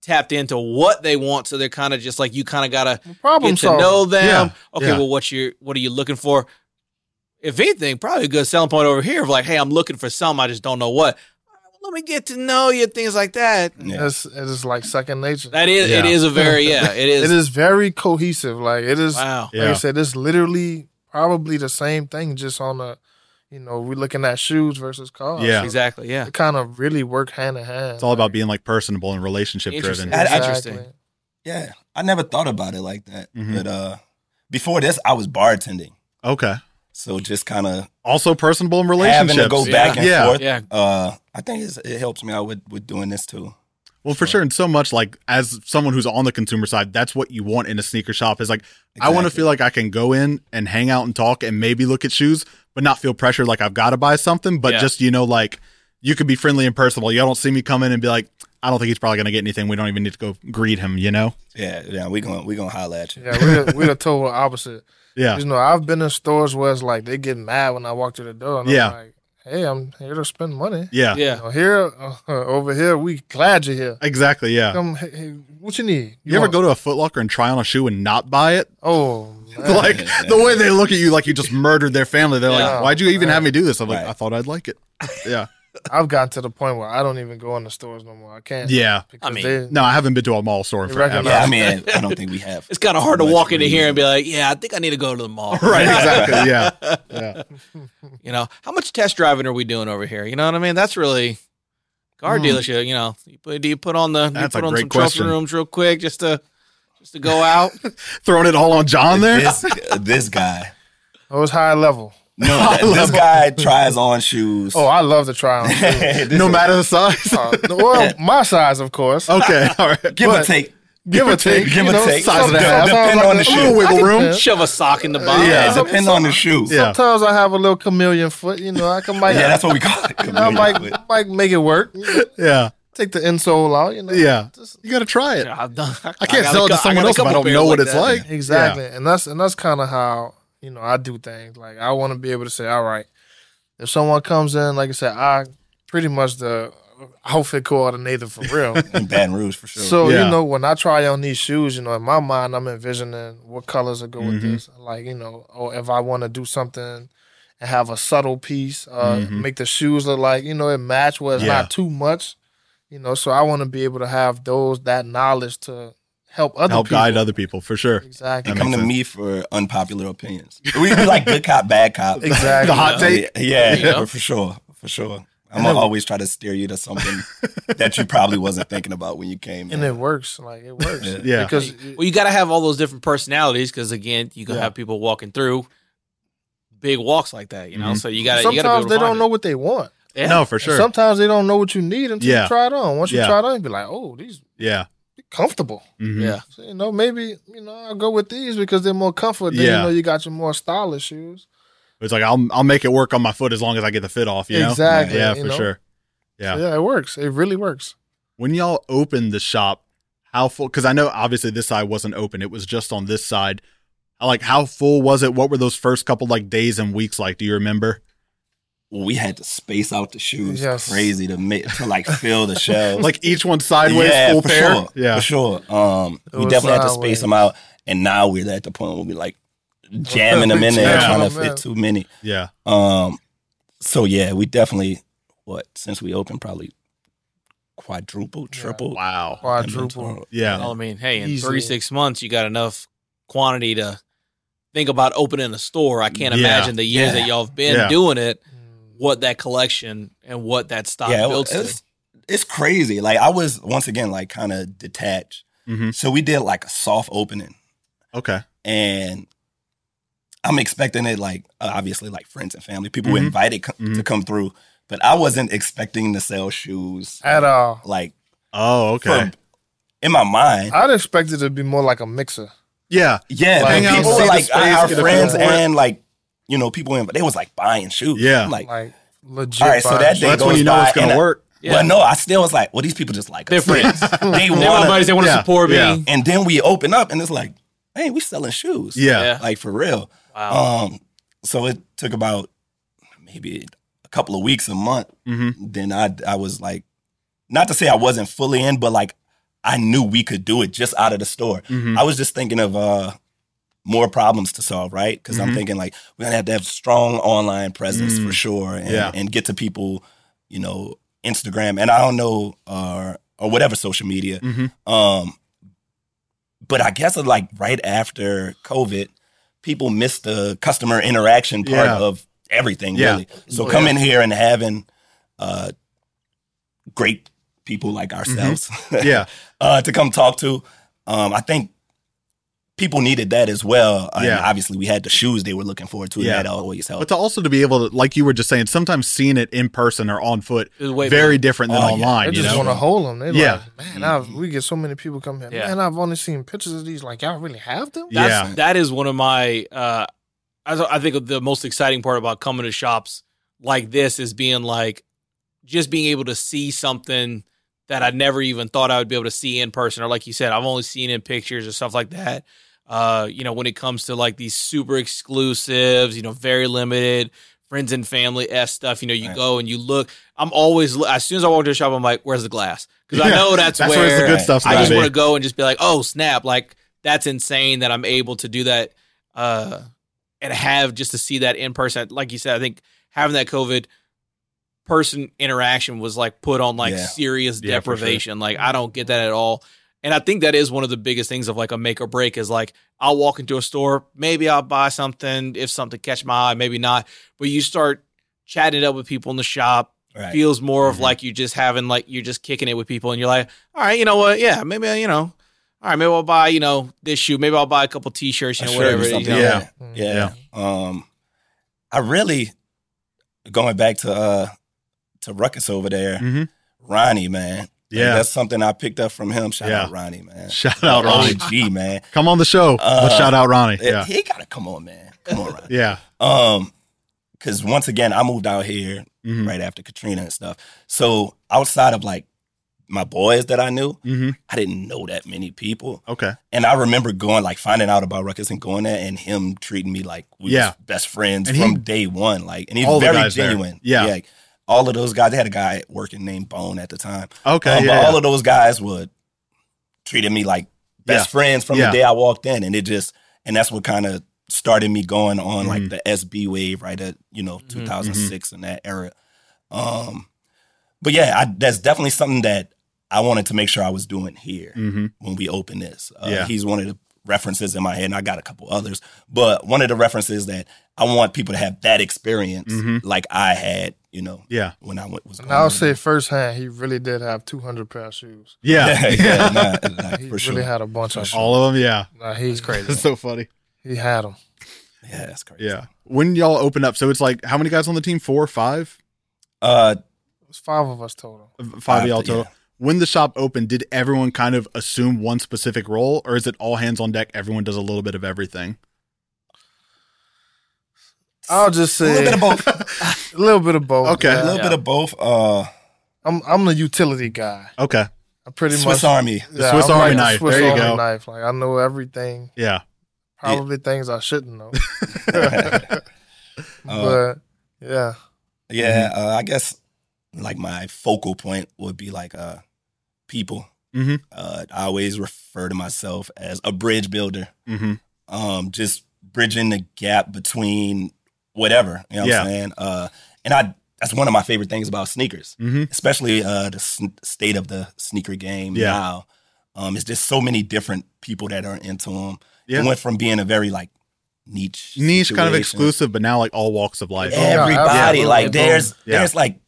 tapped into what they want. So they're kind of just like, you kind of got to
Problem
get to
solving.
know them.
Yeah,
Okay,
yeah.
well, what's your what are you looking for? If anything, probably a good selling point over here of like, hey, I'm looking for some, I just don't know what. Let me get to know you, things like that.
Yeah.
It's it is like second nature.
That is, it
Yeah.
is a very, yeah, it is.
It is very cohesive. Like it is.
Wow.
Yeah.
Like I said, it's literally probably the same thing, just on a, you know, we're looking at shoes versus cars.
Yeah.
Exactly. Yeah.
It kind of really work hand in hand.
It's all about being like personable and relationship driven.
Interesting.
Exactly.
Yeah, I never thought about it like that.
Mhm.
But uh, before this, I was bartending,
Okay.
so just kind of
Also personable and
having
relationships.
to go back and
Yeah.
forth.
Yeah.
Uh, I think it's, it helps me out with with doing this too.
Well, for sure. And so much like as someone who's on the consumer side, that's what you want in a sneaker shop is like, I want to
Exactly.
feel like I can go in and hang out and talk and maybe look at shoes, but not feel pressure like I've got to buy something. But
Yeah.
just, you know, like you could be friendly and personable. Y'all don't see me come in and be like, I don't think he's probably going to get anything. We don't even need to go greet him, you know?
Yeah, yeah, we gonna we gonna holler at you.
Yeah, we're the, we're the total opposite.
Yeah.
You know, I've been in stores where it's like they get mad when I walk through the door. And
Yeah.
I'm like, hey, I'm here to spend money.
Yeah.
You
Yeah.
know, here, uh, over here, we glad you're here.
Exactly. Yeah.
Come, hey, hey, what you need?
You ever
want-
go to a Foot Locker and try on a shoe and not buy it?
Oh,
like the way they look at you, like you just murdered their family. They're
Yeah.
like, "Why'd you even have me do this?" I'm like,
Right.
"I thought I'd like it." Yeah,
I've gotten to the point where I don't even go in the stores no more. I can't.
yeah.
because
I mean,
they-
No, I haven't been to a mall store in
You
forever.
Yeah,
recognize-
I mean, I don't think we have.
It's kind of hard to
much
walk into
reason.
here and be like, yeah, I think I need to go to the mall.
Right, exactly. Yeah, yeah.
You know, how much test driving are we doing over here? You know what I mean? That's really car
Mm.
dealership. You know, you put, do you put on the do you
That's a
put on
great
some trophy
question.
rooms real quick just to just to go out?
Throwing it all on John there.
This, this guy.
it was oh, high level.
No, this guy tries on shoes.
Oh, I love to try on. shoes.
no matter the size.
Uh, well, my size, of course.
okay, all right.
give
but-
or take.
Give or take.
Give
you
or
know,
take.
size of the
sometimes
house.
I was
Depend
like, "Oh,
on the
"Ooh,
shoe.
A little
I
wiggle
can
room.
fit."
Shove a sock in the
Yeah,
bottom.
Yeah.
it depends on the shoe.
Yeah.
Yeah,
Sometimes I have a little chameleon foot. You know, I can might,
that's what we call it.
you know, I might, might make it work.
Yeah,
Take the insole out. You know.
yeah.
Just-
You got to try it.
I've done, I,
I can't
got a
sell it to
cou-
someone
got a
else if I
couple
don't
pairs
know what
like
it's
that.
like.
Exactly. And that's and that's kind of how you know I do things. Like I want to be able to say, all right, if someone comes in, like I said, I pretty much the outfit coordinator for real.
in Baton Rouge for sure.
So
Yeah.
you know, when I try on these shoes, you know, in my mind, I'm envisioning what colors will go with
Mhm.
this. Like you know, or if I want to do something and have a subtle piece, uh,
Mhm.
make the shoes look like you know it match where it's
Yeah.
not too much. You know, so I want to be able to have those that knowledge to help other
Help
people.
guide other people for sure.
Exactly.
They
That
come
makes
to
sense.
me for unpopular opinions. We be like good cop, bad cop.
Exactly.
The hot
Oh, Yeah,
take.
Yeah,
You know?
for sure, for sure. I'm gonna always try to steer you to something that you probably wasn't thinking about when you came.
and it works. Like it works.
Yeah.
Yeah.
Because
Well, you got to have all those different personalities because again, you can
Yeah.
have people walking through big walks like that. You know,
Mhm.
so you got to. you gotta
sometimes
be able to
they
find
don't
it.
know what they want.
Yeah.
No, for sure.
Sometimes they don't know what you need until
Yeah.
you try it on. Once you
Yeah.
try it on, you be like, oh, these
Yeah.
comfortable.
Mhm.
Yeah.
So, you know, maybe you know I'll go with these because they're more comfort.
Yeah.
Then you know you got your more stylish shoes.
It's like I'll I'll make it work on my foot as long as I get the fit off. You know.
Exactly,
Yeah,
you
for
know?
sure.
Yeah.
Yeah.
it works. It really works.
When y'all opened the shop, how full? Because I know obviously this side wasn't open; it was just on this side. Like, how full was it? What were those first couple like days and weeks like? Do you remember?
we had to space out the shoes
Yes.
crazy to make to like fill the shelves.
Like each one sideways,
yeah,
full
for
pair.
sure,
Yeah.
for sure. Um,
It
we
was
definitely had to
sideways.
space them out, and now we're at the point where we like jamming them in there,
Yeah.
trying to
Yeah.
fit too many.
Yeah.
Um, so yeah, we definitely what since we opened probably quadrupled,
Yeah.
tripled,
Wow.
Quadruple.
Yeah.
Well, I mean, hey, in
Easily.
three six months, you got enough quantity to think about opening a store. I can't
Yeah.
imagine the years
Yeah.
that y'all have been
Yeah.
doing it. What that collection and what that stock
Yeah, it
builds
was-
to.
It's crazy. Like I was once again like kind of detached.
Mhm.
So we did like a soft opening,
Okay.
and I'm expecting it like uh, obviously like friends and family, people
Mhm.
were invited co- to
Mhm.
come through, but I wasn't expecting to sell shoes
At all,
like
Oh, okay.
from- in my mind.
I'd expect it to be more like a mixer.
yeah.
Yeah,
Like,
like,
hang out,
people
see the
like
space,
our
get a
friends
feel for it.
and like you know people in, they was like buying shoes.
Yeah.
I'm like,
Like legit.
All right, so
fine
that
shoes.
day
Well, that's when
goes
you know
by
it's gonna
and I-
work.
Yeah.
Well, no, I still was like, well, these people just like
They're
us.
friends.
they
They want buddies.
want
They want to
yeah,
support
yeah.
me.
And then we open up, and it's like, hey, we selling shoes.
Yeah.
Yeah.
like for real.
Wow.
Um, so it took about maybe a couple of weeks, a month.
hmm
Then I, I was like, not to say I wasn't fully in, but like I knew we could do it just out of the store.
hmm
I was just thinking of uh more problems to solve, right? Because
Mhm.
I'm thinking like we're gonna have to have strong online presence
Mm.
for sure, and,
Yeah.
and get to people, you know, Instagram and I don't know or or whatever social media.
hmm
Um, but I guess like right after COVID, people missed the customer interaction part
Yeah.
of everything
Yeah.
really. So
Oh,
coming here and having uh great people like ourselves
Mm-hmm. Yeah.
uh, to come talk to. Um, I think people needed that as well. And
Yeah.
obviously, we had the shoes they were looking forward to.
Yeah.
And that always helped.
But to also to be able to, like you were just saying, sometimes seeing it in person or on foot,
It was way
very different than
Oh, yeah.
online.
They
You
just
know.
want to hold them. They
Yeah.
like, man, I've, we get so many people come here.
Yeah.
Man, I've only seen pictures of these. Like, y'all really have them?
Yeah.
That's, That is one of my. Uh, I, I think the most exciting part about coming to shops like this is being like, just being able to see something that I never even thought I would be able to see in person, or like you said, I've only seen in pictures or stuff like that. Uh, you know, when it comes to like these super exclusives, you know, very limited friends and family s stuff. You know, you
Right.
go and you look. I'm always as soon as I walk into a shop, I'm like, where's the glass? Because I
Yeah.
know that's,
That's
where,
where it's the good stuff's
I
gotta
just
be.
want to go and just be like, oh snap, like that's insane that I'm able to do that. uh, and have just to see that in person. Like you said, I think having that COVID person interaction was like put on like
Yeah.
serious
Yeah, for sure.
deprivation. Like I don't get that at all. And I think that is one of the biggest things of like a make or break is like I'll walk into a store, maybe I'll buy something if something catch my eye, maybe not. But you start chatting it up with people in the shop,
Right.
feels more of
Mm-hmm.
Mhm.
like you just having like you're just kicking it with people and you're like, all right, you know what? Yeah, maybe uh, you know, all right, maybe I'll buy you know this shoe, maybe I'll buy a couple t-shirts
A
and
shirt or
whatever. you
something,
know.
yeah.
Mm.
Yeah. Um, I really going back to uh to Ruckus over there,
Mhm.
Ronnie man. Like,
Yeah.
that's something I picked up from him. Shout out
Yeah.
Ronnie man.
Shout out Ronnie.
OG man.
Come on the show. but
Uh,
shout out Ronnie. Yeah.
He gotta come on, man. Come on, Ronnie.
Yeah.
Um, because once again, I moved out here
Mm-hmm.
right after Katrina and stuff. So outside of like my boys that I knew,
hmm
I didn't know that many people.
Okay.
And I remember going like finding out about Ruckus and going there and him treating me like we
Yeah.
was best friends
And he-
from day one. Like and he's
All the
very
guys there.
genuine.
Yeah.
like, all of those guys, they had a guy working named Bone at the time.
Okay.
Um,
Oh, yeah.
But all of those guys would treated me like best
Yeah.
friends from
Yeah.
the day I walked in. And it just and that's what kind of started me going on like
Mhm.
the SB wave, right? At you know,
Mhm.
2006 in that era. Um but yeah, I, that's definitely something that I wanted to make sure I was doing here
hmm
when we open this. Uh,
Yeah.
He's one of the references in my head, and I got a couple others. But one of the references that I want people to have that experience
Mhm.
like I had, you know,
Yeah.
when I went, was
And I'll
going
say firsthand, he really did have 200 pair of shoes.
Yeah.
yeah, yeah, nah, nah,
He
for
really
sure.
had a bunch
For
of
sure.
them.
All of them. Yeah.
Nah, he's
That's so funny.
He had them.
yeah, that's crazy.
Yeah. When y'all open up, so it's like how many guys on the team? Four, five,
Uh,
It was five of us total.
five,
Five,
of y'all
yeah.
total. When the shop opened, did everyone kind of assume one specific role, or is it all hands on deck? Everyone does a little bit of everything.
I'll just
a
say
little bit of both.
a little bit of both.
Okay.
A
yeah.
little bit of both. Uh,
I'm I'm the utility guy.
Okay.
I pretty much
Swiss Army.
Yeah,
Swiss
I'm
Army
the
knife.
Swiss
There you
Army
go.
Knife. Like I know everything.
Yeah.
Probably things I shouldn't know.
Uh,
but yeah,
yeah, uh, I guess like my focal point would be like uh, people.
Mhm.
Uh, I always refer to myself as a bridge builder.
Mm-hmm.
um, just bridging the gap between whatever. You know what
Yeah.
I'm saying? Uh, and I that's one of my favorite things about sneakers,
Mm-hmm.
especially uh, the sn- state of the sneaker game
Yeah.
now. Um, it's just so many different people that are into them.
Yeah.
It went from being a very like niche,
Niche kind of
situation.
exclusive, but now like all walks of life.
Yeah.
Everybody
absolutely.
like there's
Yeah.
there's like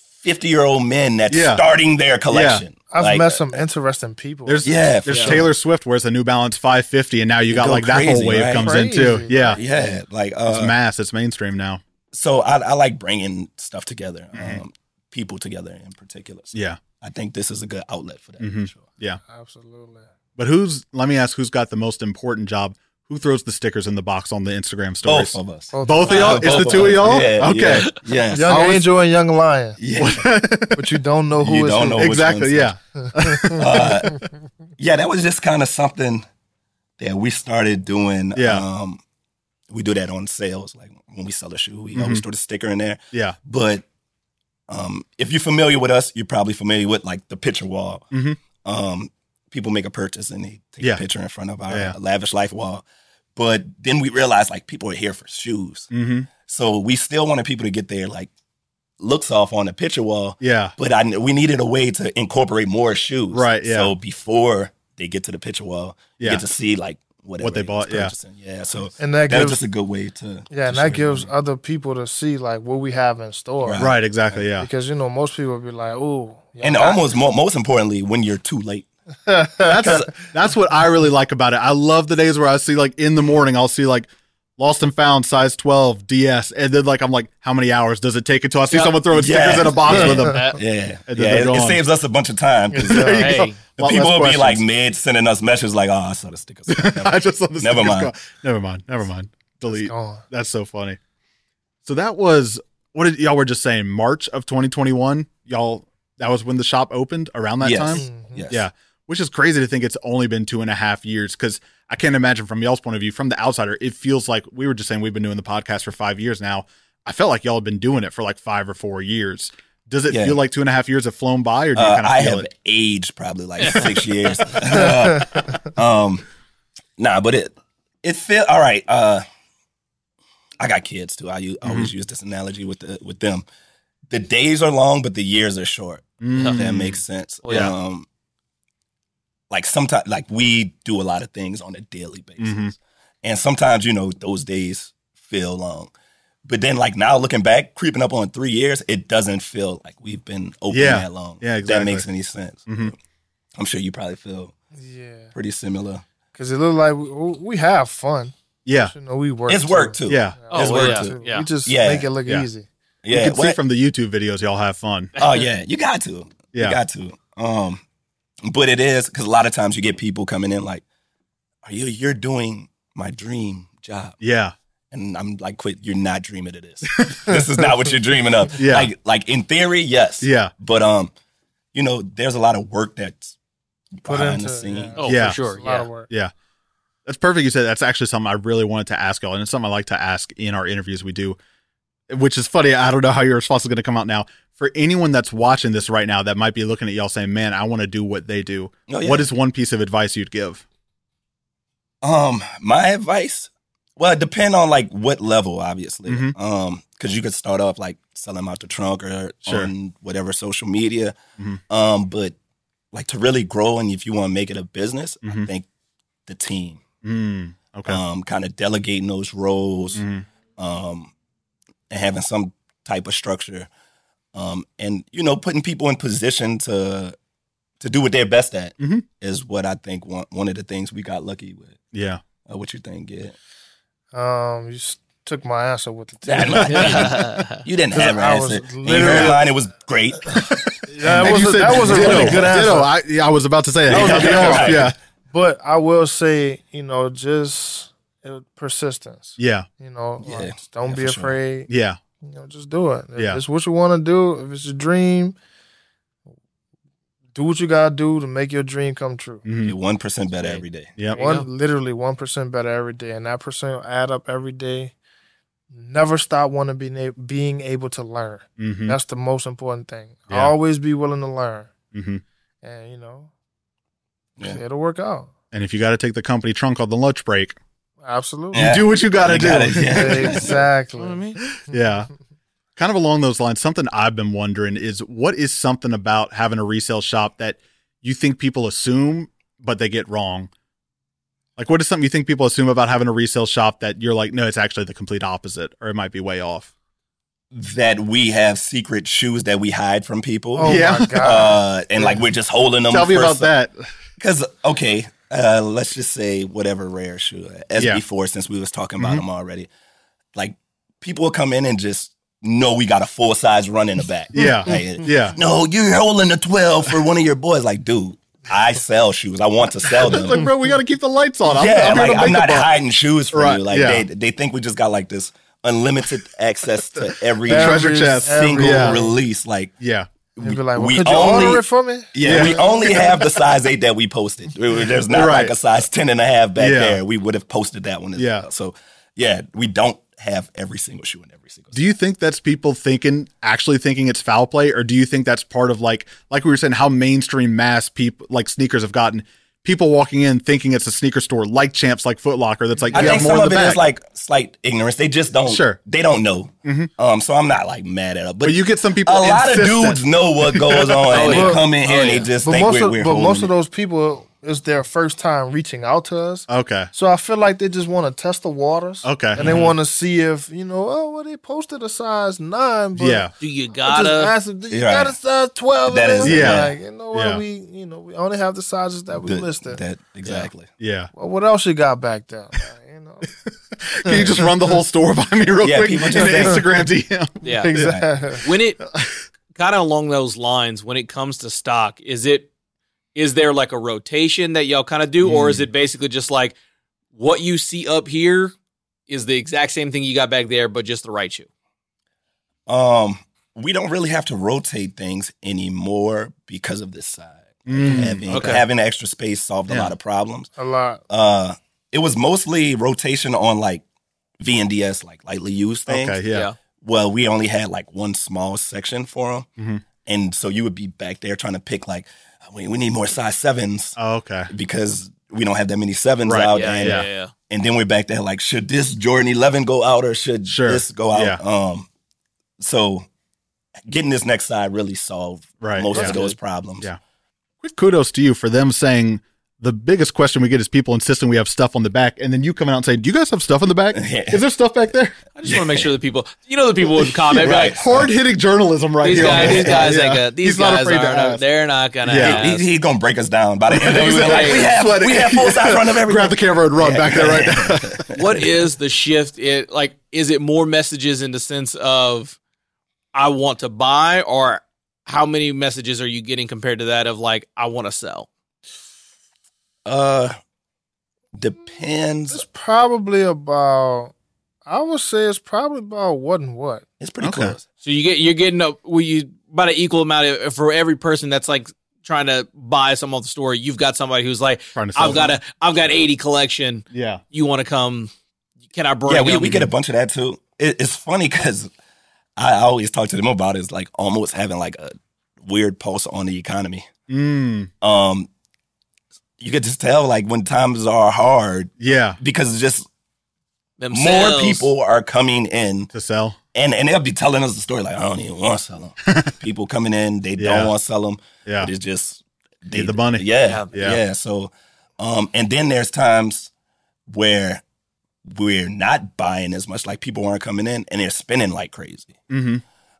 fifty year old men that's
Yeah.
starting their collection.
I've
Like,
met some interesting people.
There's
yeah, for
There's
sure.
Taylor Swift wears a New Balance 550, and now you
You
got
go
like that
crazy,
whole wave
right?
comes
Crazy.
in too. Yeah,
yeah, like uh,
it's mass. It's mainstream now.
so I, I like bringing stuff together,
Mhm.
um, people together in particular. So
Yeah,
I think this is a good outlet for that.
Mhm.
For sure.
Absolutely.
but who's? Let me ask, who's got the most important job? Who throws the stickers in the box on the Instagram stories?
Both of us.
Both,
Both of y'all?
Uh,
It's the
both
two of
us.
y'all?
Yeah,
Okay.
Yeah. yeah.
Young
Always-
Angel and Young Lion.
Yeah.
But you don't know who
You
is
don't
who.
know. which
exactly.
one's
Yeah.
Uh, yeah, that was just kind of something that we started doing.
Yeah.
Um, we do that on sales, like when we sell a shoe, we
Mhm.
always throw the sticker in there.
Yeah.
But um, if you're familiar with us, you're probably familiar with like the picture wall.
Mhm.
Um, people make a purchase and they take
Yeah.
a picture in front of our
Yeah.
lavish life wall. But then we realized like people are here for shoes.
Mm-hmm.
So we still wanted people to get their like looks off on the picture wall,
Yeah.
but I we needed a way to incorporate more shoes.
Right, yeah.
So before they get to the picture wall,
Yeah.
you get to see like whatever
What they bought, yeah.
Yeah. Yeah. So
And that
that was
gives
just a good way to
yeah,
to
and
share
that gives
it.
other people to see like what we have in store.
Right.
Right.
Uh,
Exactly. Yeah.
Because you know most people be like, "Ooh,"
and almost mo- most importantly when you're too late.
That's that's what I really like about it. I love the days where I see like in the morning, I'll see like. Lost and found size 12 DS. And then, like, I'm like, how many hours does it take until I see
Yeah.
someone throwing stickers
Yeah.
in a box with them?
That-
Yeah.
And then
yeah.
they're
It, it
gone.
saves us a bunch of time. 'cause,
There
uh,
you go.
hey,
the
Lot less
people will be
questions.
like mid sending us messages like, "Oh, I saw the stickers."
I just love the
Never
stickers
mind.
go- Never mind. Never mind. Delete.
gone.
That's so funny. So that was what did, y'all were just saying. March of 2021, y'all. That was when the shop opened around that
Yes.
time,
Mhm.
Yes.
Yeah. which is crazy to think it's only been two and a half years. Because I can't imagine from y'all's point of view, from the outsider, it feels like we were just saying we've been doing the podcast for five years now. I felt like y'all had been doing it for like five or four years. Does it
Yeah.
feel like two and a half years have flown by, or do you
Uh,
kind of
I
feel
have
it?
aged probably like six years. um, Uh, nah, but it it feel all right. Uh, I got kids too. I use, always
Mm-hmm.
use this analogy with the, with them. The days are long, but the years are short. If
Mm. Mm-hmm.
that makes sense.
Oh, yeah.
Um, like sometimes, like we do a lot of things on a daily basis,
Mhm.
and sometimes you know those days feel long. But then, like now, looking back, creeping up on three years, it doesn't feel like we've been open
Yeah.
that long.
Yeah,
If that
exactly.
makes any sense.
Mhm.
I'm sure you probably feel
Yeah,
pretty similar.
because it looked like we, we have fun.
Yeah.
You know, we work.
it's work too.
Yeah.
Oh,
It's work
yeah,
too.
yeah.
We just
Yeah.
make it look
Yeah.
easy.
You
Yeah.
can see
what-
from the YouTube videos, y'all have fun.
oh yeah, you got to.
Yeah.
You got to. Um, but it is because a lot of times you get people coming in like, "Are you? You're doing my dream job."
yeah.
And I'm like, "Quit! You're not dreaming of this. this is not what you're dreaming of."
Yeah.
Like, like in theory, yes.
Yeah.
But um, you know, there's a lot of work that's
Put
behind
into
the
it,
scenes.
yeah.
Oh,
Yeah.
for sure.
It's a lot
Yeah.
of work.
Yeah. That's perfect. You said that's actually something I really wanted to ask y'all. And it's something I like to ask in our interviews we do, which is funny. I don't know how your response is going to come out now. For anyone that's watching this right now that might be looking at y'all saying, man, I want to do what they do,
Oh, yeah.
what is one piece of advice you'd give?
Um, my advice, well, it depend on like what level, obviously.
Mhm.
Um, because you could start off like selling out the trunk or
Sure.
on whatever social media.
Mhm.
Um, but like to really grow and if you want to make it a business, I
Mhm.
think the team.
Mm, okay.
Um, kind of delegating those roles,
Mhm.
um, and having some type of structure. Um, and you know, putting people in position to to do what they're best at
Mhm.
is what I think one one of the things we got lucky with.
Yeah.
Uh, what you think? Yeah.
Um, you s- took my answer with the
Damn,
team.
like, you didn't have an
I was
answer. And your
literally- Mm-hmm.
line, it was great.
yeah,
And
that was,
you
a,
said
that was a
ditto.
really good answer.
Ditto. I, yeah, I was about to say that.
That was a good answer.
Yeah.
But I will say, you know, just uh, persistence.
Yeah.
You know,
Yeah.
like, just don't
Yeah,
be
for sure.
afraid.
Yeah.
You know, just do it. If
Yeah.
it's what you want to do, if it's your dream, do what you gotta do to make your dream come true.
Mhm.
You're one percent better every day.
Yep.
There you
One literally one percent better every day, and that percent will add up every day. Never stop wanting to be na- being able to learn.
Mm-hmm.
Mhm.
That's the most important thing.
Yeah.
Always be willing to learn,
Mhm.
and you know,
Yeah.
it'll work out.
And if you got to take the company trunk on the lunch break,
Absolutely.
Yeah.
you do what you got to
You
do.
gotta- yeah.
exactly.
You know what I mean?
Yeah. Kind of along those lines, something I've been wondering is what is something about having a resale shop that you think people assume, but they get wrong? Like, what is something you think people assume about having a resale shop that you're like, no, it's actually the complete opposite, or it might be way off?
That we have secret shoes that we hide from people.
Oh
Yeah.
my god.
Uh, and like we're just holding them.
Tell me about that.
Because okay, uh, let's just say whatever rare shoe SB4.
Yeah. Mm-hmm.
Since we was talking about them already, like people will come in and just know we got a full size run in the back.
Yeah.
Like,
Yeah.
No, you're holding a twelve for one of your boys. Like, dude, I sell shoes. I want to sell them.
It's like, bro, we got to keep the lights on. I'm,
yeah,
I'm here
like
to make
I'm
a
not
buck.
hiding shoes from
Right,
you. Like
yeah.
they they think we just got like this unlimited access to
Every
every
treasure chest.
single
yeah.
release. Like
Yeah.
You'd be like, well,
we
could you
only-
order it for me?
yeah,
Yeah.
we only have the size eight that we posted. We- There's not
Right.
like a size 10 and a half back
Yeah.
there. We would have posted that one as
Yeah.
well. So yeah, we don't have every single shoe in every single
Do you think that's people thinking, actually thinking it's foul play, or do you think that's part of like, like we were saying, how mainstream mass people like sneakers have gotten? People walking in thinking it's a sneaker store, like Champs, like Foot Locker. That's like
I
you
think
have more
some
in
of
the
it is
back.
like slight ignorance. They just don't
Sure. Mm-hmm.
they don't know. Um so I'm not like mad at it. But,
But you get some people.
a lot of
insistent.
dudes know what goes on and
yeah.
they come in here
Oh,
and they
yeah.
just
But
think
most
we're,
of
we're
but most
holding
of those people it's their first time reaching out to us.
Okay.
So I feel like they just want to test the waters.
Okay.
And they want to see if, you know, oh well they posted a size nine, but
Yeah.
Do you
I just
gotta?
asked them, do you
Right.
got a size twelve
That
in
is-
there?
Yeah.
Like, you know what,
Yeah.
we you know, we only have the sizes that we
the-
listed.
That exactly.
Yeah.
well, what else you got back there? Like, you know.
Can you just run the whole store by me real
Yeah,
quick in
people
an
just think-
Instagram DM?
Yeah.
exactly.
When it kind of along those lines, when it comes to stock, is it is there like a rotation that y'all kind of do, or
Hmm.
is it basically just like what you see up here is the exact same thing you got back there, but just the right shoe?
Um, we don't really have to rotate things anymore because of this side. having,
okay.
having extra space solved a
Mm, Yeah.
lot of problems.
A lot.
Uh, it was mostly rotation on like V and DS, like lightly used things.
Okay. Yeah.
Well, we only had like one small section for them,
Mhm.
and so you would be back there trying to pick like, we, we need more size sevens
Oh, okay.
because we don't have that many sevens
Right,
out,
Yeah. Yeah.
and
Yeah. yeah.
and then we're back there like, should this Jordan 11 go out or should
Sure.
this go out?
Yeah.
Um, so getting this next side really solved
Right,
most
yeah.
of those problems.
Yeah. Quick kudos to you for them saying the biggest question we get is people insisting we have stuff on the back, and then you coming out and saying, "Do you guys have stuff on the back?
Yeah.
Is there stuff back there?"
I just want to make sure that people, you know, the people would comment
Right.
like,
Hard hitting journalism right
these
here.
guys, these guys
Yeah.
ain't gonna, these
He's not
guys uh,
afraid to
aren't,
ask.
they're not gonna.
Yeah.
ask.
He- he's gonna break us down by the end. We're like, we have we have full size run of everything.
Grab the camera and run back there right now.
what is the shift? It like is it more messages in the sense of I want to buy, or how many messages are you getting compared to that of like I want to sell?
Uh, depends.
It's probably about. I would say it's probably about what and what.
It's pretty
Okay.
close.
So you get you're getting up well, you about an equal amount of, for every person that's like trying to buy some off the store. You've got somebody who's like
Trying to sell
I've got
it.
a I've got eighty collection.
Yeah.
You want to come? Can I bring?
Yeah, we,
them?
we get a bunch of that too. It, it's funny because I always talk to them about it, it's like almost having like a weird pulse on the economy.
Mm,
Um, you could just tell like when times are hard
yeah.
because it's just more
Themselves.
people are coming in
To sell.
and and they'll be telling us the story like I don't even want to sell them. people coming in, they
Yeah.
don't want to sell them.
Yeah.
But it's just
Need the money.
Yeah,
Yeah.
yeah. So, um, and then there's times where we're not buying as much, like people aren't coming in and they're spending like crazy.
Mm-hmm.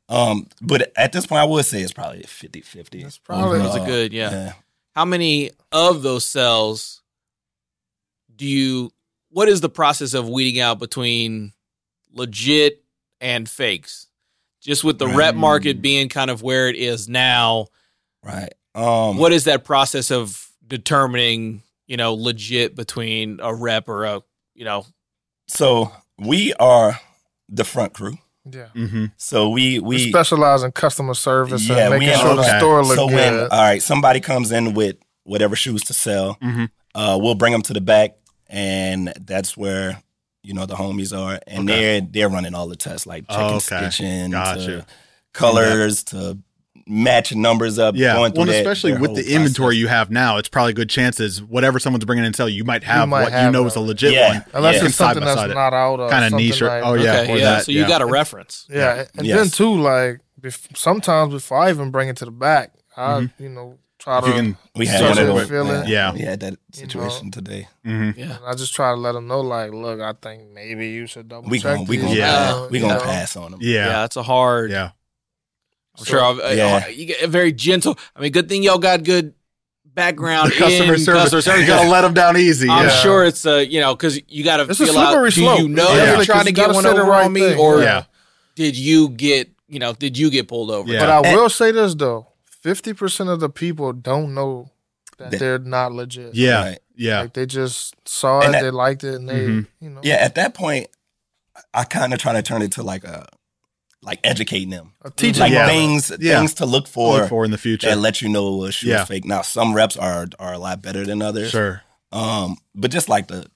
Um, but at this point, I would say it's probably 50 50.
That's probably-
Those are good, yeah.
yeah.
how many of those cells do you what is the process of weeding out between legit and fakes just with the rep
Mm.
market being kind of where it is now
Right. Um,
what is that process of determining you know legit between a rep or a you know
So we are the front crew.
Yeah.
Mm-hmm.
So we,
We,
we,
specialize in customer service
Yeah,
and
we
making
in-
sure
okay.
the store looks
so when, uh,
good.
all right, somebody comes in with whatever shoes to sell,
Mhm.
uh, we'll bring them to the back, and that's where you know the homies are, and
Okay.
they're they're running all the tests like checking
Okay.
stitching,
Gotcha.
to colors, to matching numbers up.
Yeah. Well,
going through
and
that-
especially
their
with
whole
the
process.
inventory you have now, it's probably good chances whatever someone's bringing in to sell, you might have
might
what you
have
know is a
that.
legit
Yeah.
one.
Unless
Yeah.
it's something
Side by
that's
side it.
not out of
Kinda
something
niche or-
like-
oh, yeah,
okay
or
yeah
that,
so you
yeah.
got a reference
Yeah,
Yeah.
and
Yes.
then too, like bef- sometimes before I even bring it to the back, I
Mhm.
you know try
If
to
you can.
we had
Start
one of
to
those-
feel it.
Yeah.
we had that
You know.
situation today.
mhm.
yeah
I just try to let them know like, look, I think maybe you should double
We
check.
gonna we
these,
gonna
Yeah.
pass- we
you
gonna
know.
pass on them.
yeah,
Yeah.
it's a hard
Yeah.
I'm sure. I've, uh,
Yeah.
you get very gentle. I mean, good thing y'all got good background
The customer
in
service.
customer service.
You gotta let them down easy.
I'm
yeah.
sure it's uh, you know because you got to
It's a
feel out.
slippery
Do
slope.
you know
Yeah.
you're
Yeah.
trying to
You
get
gotta
one
say the
over
right
on me,
thing.
or
Yeah.
did you get you know did you get pulled over?
Yeah.
But I will say this though, fifty percent of the people don't know that
That-
they're not legit.
Yeah.
Right.
Yeah.
like they just saw it,
And that-
they liked it, and they
Mhm.
you know
Yeah, at that point, I kind of try to turn it to like a like educating them,
a teacher.
like
Yeah.
things
Yeah.
things to look for,
Look for in the
that
future.
let you know a shoe
Yeah.
is fake. Now some reps are are a lot better than others.
Sure.
Um, but just like the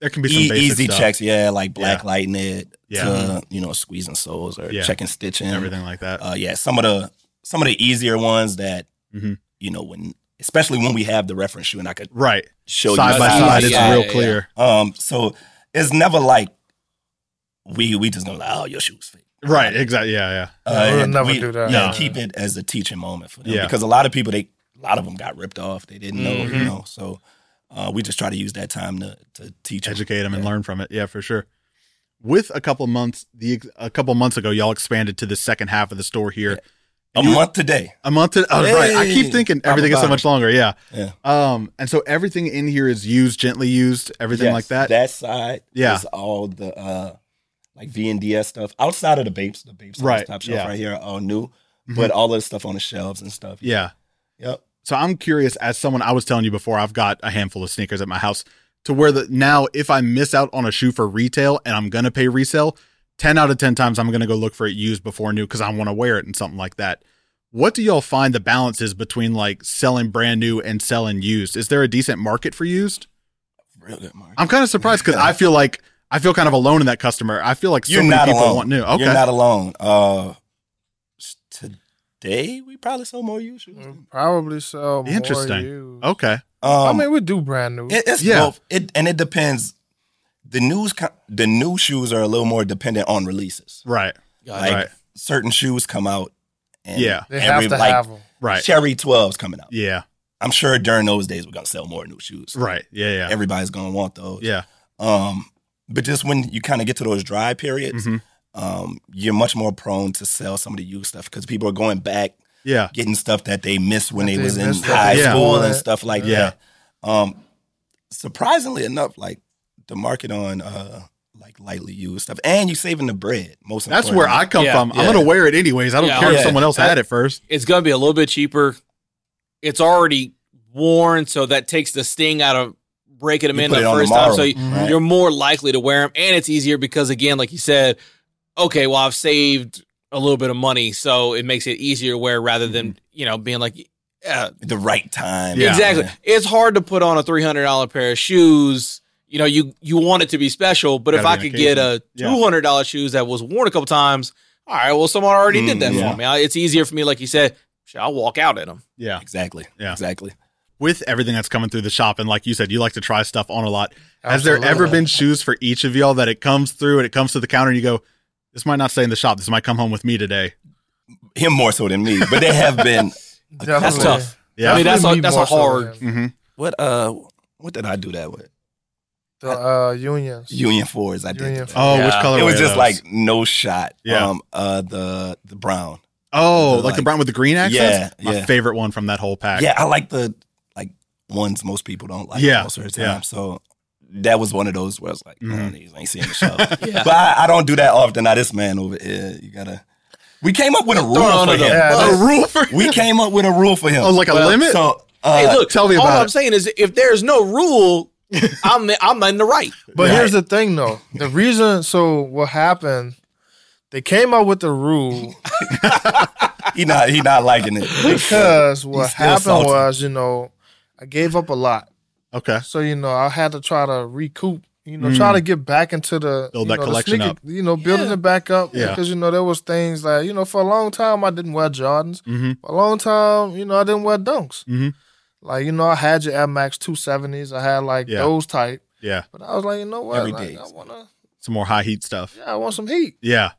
There can be some
e-
basic
easy
stuff,
checks, yeah, like black lighting it
Yeah.
to you know squeezing soles or
Yeah.
checking stitching
and everything like that.
Uh, yeah, some of the some of the easier ones that
Mhm.
you know when especially when we have the reference shoe and I could
right.
show
side
you
by side, it's
yeah,
real
yeah.
clear.
Um, so it's never like we we just gonna like oh your shoes fake.
Right. Exactly. Yeah. Yeah.
Yeah, we'll
Uh, and
never do that.
Yeah,
No.
keep it as a teaching moment for them
Yeah.
because a lot of people they a lot of them got ripped off. They didn't know,
Mhm.
Mm-hmm.
you know. So uh, we just try to use that time to to teach 'em.
educate them and
Yeah.
learn from it. Yeah, for sure. With a couple months, the ex- a couple months ago, y'all expanded to the second half of the store here.
a
You-
month today.
A month. To, oh, right. I keep
Hey!
thinking everything is so
about
much longer. Yeah.
Yeah.
Um. And so everything in here is used, gently used, everything
Yes,
like that.
That side
Yeah.
is all the uh like V and DS stuff. Outside of the Bapes, the Bapes on the
Right,
top shelf
yeah.
right here are all new.
Mhm.
But all the stuff on the shelves and stuff.
yeah.
Yep.
So I'm curious, as someone I was telling you before, I've got a handful of sneakers at my house to where the now if I miss out on a shoe for retail and I'm gonna pay resale, ten out of ten times I'm gonna go look for it used before new because I want to wear it and something like that. What do y'all find the balance is between like selling brand new and selling used? Is there a decent market for used?
Real good, Mark.
I'm kind of surprised because I feel like I feel kind of alone in that customer. I feel like so
You're
many
not
people
alone.
want new. Okay,
You're not alone. Uh s- today we probably sold more used shoes.
Mm.
We'll probably sell more
Interesting.
used.
okay,
Um,
I mean, we do brand new.
It, it's
Yeah.
both. It and it depends the news co- the new shoes are a little more dependent on releases.
Right.
Got
Like
Right.
certain shoes come out, and
Yeah.
They have to
like
have them.
Right.
Cherry Twelves coming out.
Yeah.
I'm sure during those days we're gonna sell more new shoes.
Right. Yeah. Yeah.
Everybody's gonna want those.
yeah.
Um, but just when you kind of get to those dry periods,
Mhm.
um, you're much more prone to sell some of the used stuff because people are going back
Yeah.
getting stuff that they missed when
That
they
they
was in
missed, that
high
they
school
bought.
and stuff like
Yeah.
that. Um, surprisingly enough, like the market on uh, like lightly used stuff, and you saving the bread. Most
That's where I come
Yeah.
from. I'm
Yeah.
gonna wear it anyways. I don't
Yeah.
care if
Yeah.
someone else had it first.
it's going to be a little bit cheaper. It's already worn, so that takes the sting out of breaking them
You
in
put
the
it on
first time.
tomorrow,
So you,
right.
you're more likely to wear them, and it's easier because, again, like you said, okay, well, I've saved a little bit of money, so it makes it easier to wear rather than
Mm-hmm.
you know being like, yeah,
the right time.
Yeah.
exactly. It's hard to put on a three hundred dollar pair of shoes. You know, you you want it to be special, but if
Gotta
I
be an
could get a
Yeah.
two hundred dollar shoes that was worn a couple times, all right, well, someone already
Mm,
did that
yeah.
for me. I- It's easier for me, like you said. shit, I'll walk out in them.
Yeah.
Exactly.
Yeah.
Exactly.
With everything that's coming through the shop, and like you said, you like to try stuff on a lot. Has there ever
Absolutely.
been shoes for each of y'all that it comes through and it comes to the counter and you go, This might not stay in the shop. This might come home with me today.
Him more so than me, but they have been.
That's
Definitely.
tough.
Yeah.
I mean, that's a-
Definitely
that's a
more so
hard-
than
hmm
What uh, what did I do that with?
The uh, unions.
Union fours. I did.
Union
that.
Oh, which
Yeah.
color?
it was just like no shot.
Yeah.
Um. Uh. The the brown.
Oh, like, the
like-
brown with the green accents?
Yeah,
My
yeah.
favorite one from that whole pack.
Yeah, I like the like ones most people don't like
Yeah,
most of the time.
yeah.
So that was one of those where I was like, man,
Mhm.
these ain't seeing the show.
Yeah.
but I, I don't do that often. Now this man over here, you gotta. We came up with a rule
on
for
to
him.
the-
Yeah,
A
But
rule for
we came up with a rule for him.
Oh, like a
Well,
limit?
So uh,
hey, look,
tell me
all
about
I'm
it.
saying is if there's no rule, I'm I'm in the right.
But
Right.
here's the thing, though. The reason, so what happened? They came up with the rule
he not he not liking it.
because what
He's still
happened
salty.
was, you know, I gave up a lot.
okay.
So you know, I had to try to recoup. You know, try to get back into the
Hmm. Build
you
that
know, the
collection
sneaker-
up.
You know, building it back up.
Yeah.
Because you know there was things like you know for a long time I didn't wear Jordans.
Mm-hmm.
For a long time, you know, I didn't wear Dunks.
Mm-hmm.
Mhm.
Like you know, I had your Air Max two seventies. I had like
Yeah.
those type.
Yeah.
But I was like, you know what?
Every
Like,
day.
I wanna,
Some more high heat stuff.
yeah, I want some heat.
Yeah.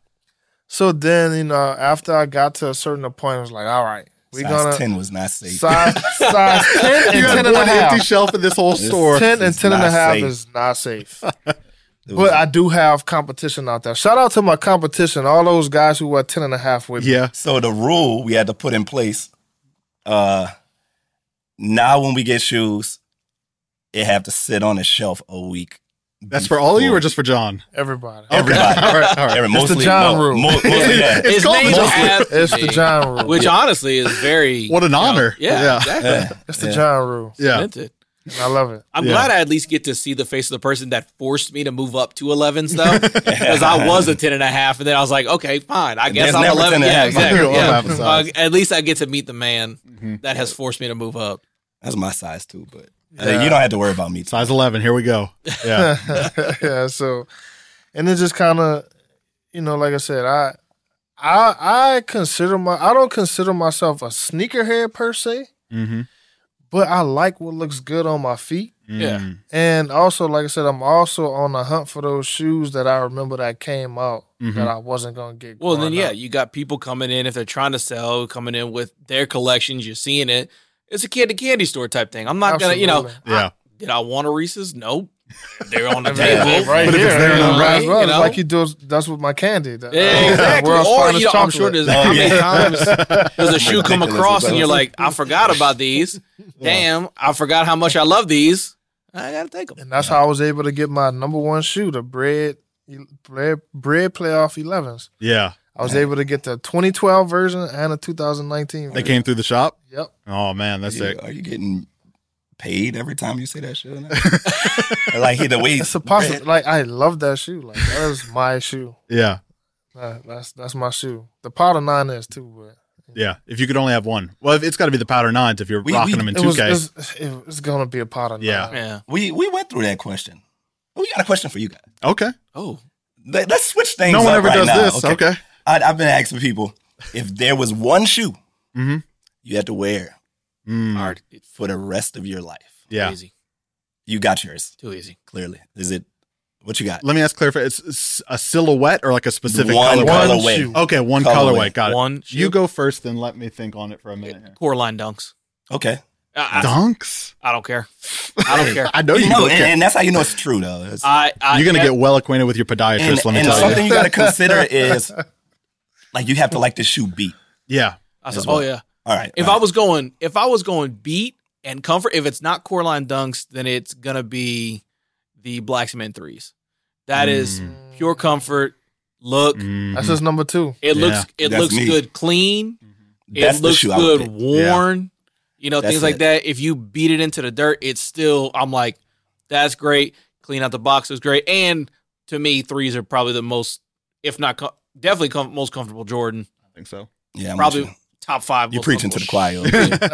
So then you know, after I got to a certain point, I was like, all right, we
Size
gonna
ten was not safe.
size size ten
You
and ten
got
and a
one empty
half.
shelf in this whole store.
Ten and
It's
ten and a
not
half
safe.
is not safe.
It was-
But I do have competition out there. Shout out to my competition, all those guys who were 10 and a half with me.
Yeah.
So the rule we had to put in place, uh now when we get shoes, it have to sit on a shelf a week.
That's for all of you or
before-
just for John?
Everybody.
Okay.
Everybody.
all right. All right.
Every-
It's the
mostly,
John
no,
rule.
mo- mostly that.
It's
His
called
name's
the-
after
It's the
me,
John rule.
which honestly is very
What an
you know,
honor.
yeah,
Yeah.
exactly.
Yeah.
It's the
Yeah.
John rule.
Yeah.
Meant it.
And I love it.
I'm
Yeah.
glad I at least get to see the face of the person that forced me to move up to 11s though, because I was a 10 and a half, and then I was like, okay, fine, I guess
There's
I'm
never
11.
10 and a
Yeah,
half.
exactly.
You're
yeah.
all half a size.
Uh, at least I get to meet the man that has forced me to move up.
That's my size too, but uh, you don't have to worry about me.
Size 11. Here we go. Yeah.
yeah, so and it just kind of you know, like I said, I I I consider my I don't consider myself a sneakerhead per se,
mm-hmm.
but I like what looks good on my feet.
Yeah.
And also, like I said, I'm also on the hunt for those shoes that I remember that came out
Mhm.
that I wasn't gonna get.
Well, then
growing
yeah,
up.
you got people coming in if they're trying to sell, coming in with their collections. You're seeing it. It's a candy candy store type thing. I'm not gonna, you know,
Absolutely.
Yeah.
did I want a Reese's? Nope. They're on the
I mean,
table.
right
But if
here,
it's there,
you
then
know,
right,
as well,
you
it's
know.
like he does. That's with my candy. The-
Yeah,
uh,
exactly.
world's
Or
finest
you know, I'm sure
chocolate.
there's how many
Yeah.
Oh, times there's a shoe come
Ridiculous
across and you're
about
like, I forgot about these. Damn, I forgot how much I love these. I gotta take them.
and that's how I was able to get my number one shoe, the bread, bread, bread playoff 11s.
Yeah.
I was able to get the 2012 version and the 2019.
They
Version.
came through the shop.
Yep.
Oh, man. That's
You-
sick.
Are you getting paid every time you say that shit? or not? like hit the weight.
It's a possible. Like I love that shoe. Like that is my shoe.
Yeah.
Uh, that's that's my shoe. The powder nine is too, but
Yeah. If you could only have one. Well, if- it's got to be the powder nines if you're
We-
rocking
we-
them in
it was
2K.
it's, it- it's gonna be a powder
Yeah.
nine.
Yeah.
We we went through that question. We got a question for you guys.
okay.
Oh.
Let, us switch things.
No one
up
ever
right
does
now,
this. Okay.
I, I've been asking people if there was one shoe
Mhm.
you had to wear
Mm.
All right. It's
for the rest of your life.
Yeah.
easy.
You got yours,
Too easy.
clearly. Is it What you got?
Let me ask clarify. It's s- a silhouette or like a specific
one
colorway.
color.
colorway.
shoe.
Okay, one colorway.
Colorway.
Got it.
One shoe.
You go first, then let me think on it for a minute. Here.
Coraline dunks.
Okay.
I,
Dunks.
I, I don't care. I don't care.
I know you.
You know,
don't
and,
care.
and that's how you know it's true, though. It's-
I, I
You're gonna
yeah,
get well acquainted with your podiatrist.
and
let me
and
tell you.
something you got to consider is like you have to like the shoe beat.
Yeah.
I
as
said,
well.
oh yeah.
All right.
If
all
I
right.
was going, if I was going beat and comfort, if it's not Coraline dunks, then it's gonna be the Black Cement threes. That is
Mm.
pure comfort. Look,
Mhm.
That's just number two.
it
Yeah.
looks it
That's
looks
me.
good, clean.
that's
it
the
looks
shoe
good,
I would pick.
worn. You know,
That's
things like
it.
that. If you beat it into the dirt, it's still. I'm like, that's great. Clean out the box was great, and to me, threes are probably the most, if not com- definitely com- most comfortable Jordan.
I think so.
Yeah, I'm
probably
with you.
top five.
You're
most
preaching to the
comfortable.
choir. okay.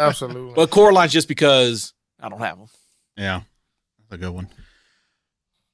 Absolutely.
But Coraline's just because I don't have them.
Yeah. That's a good one.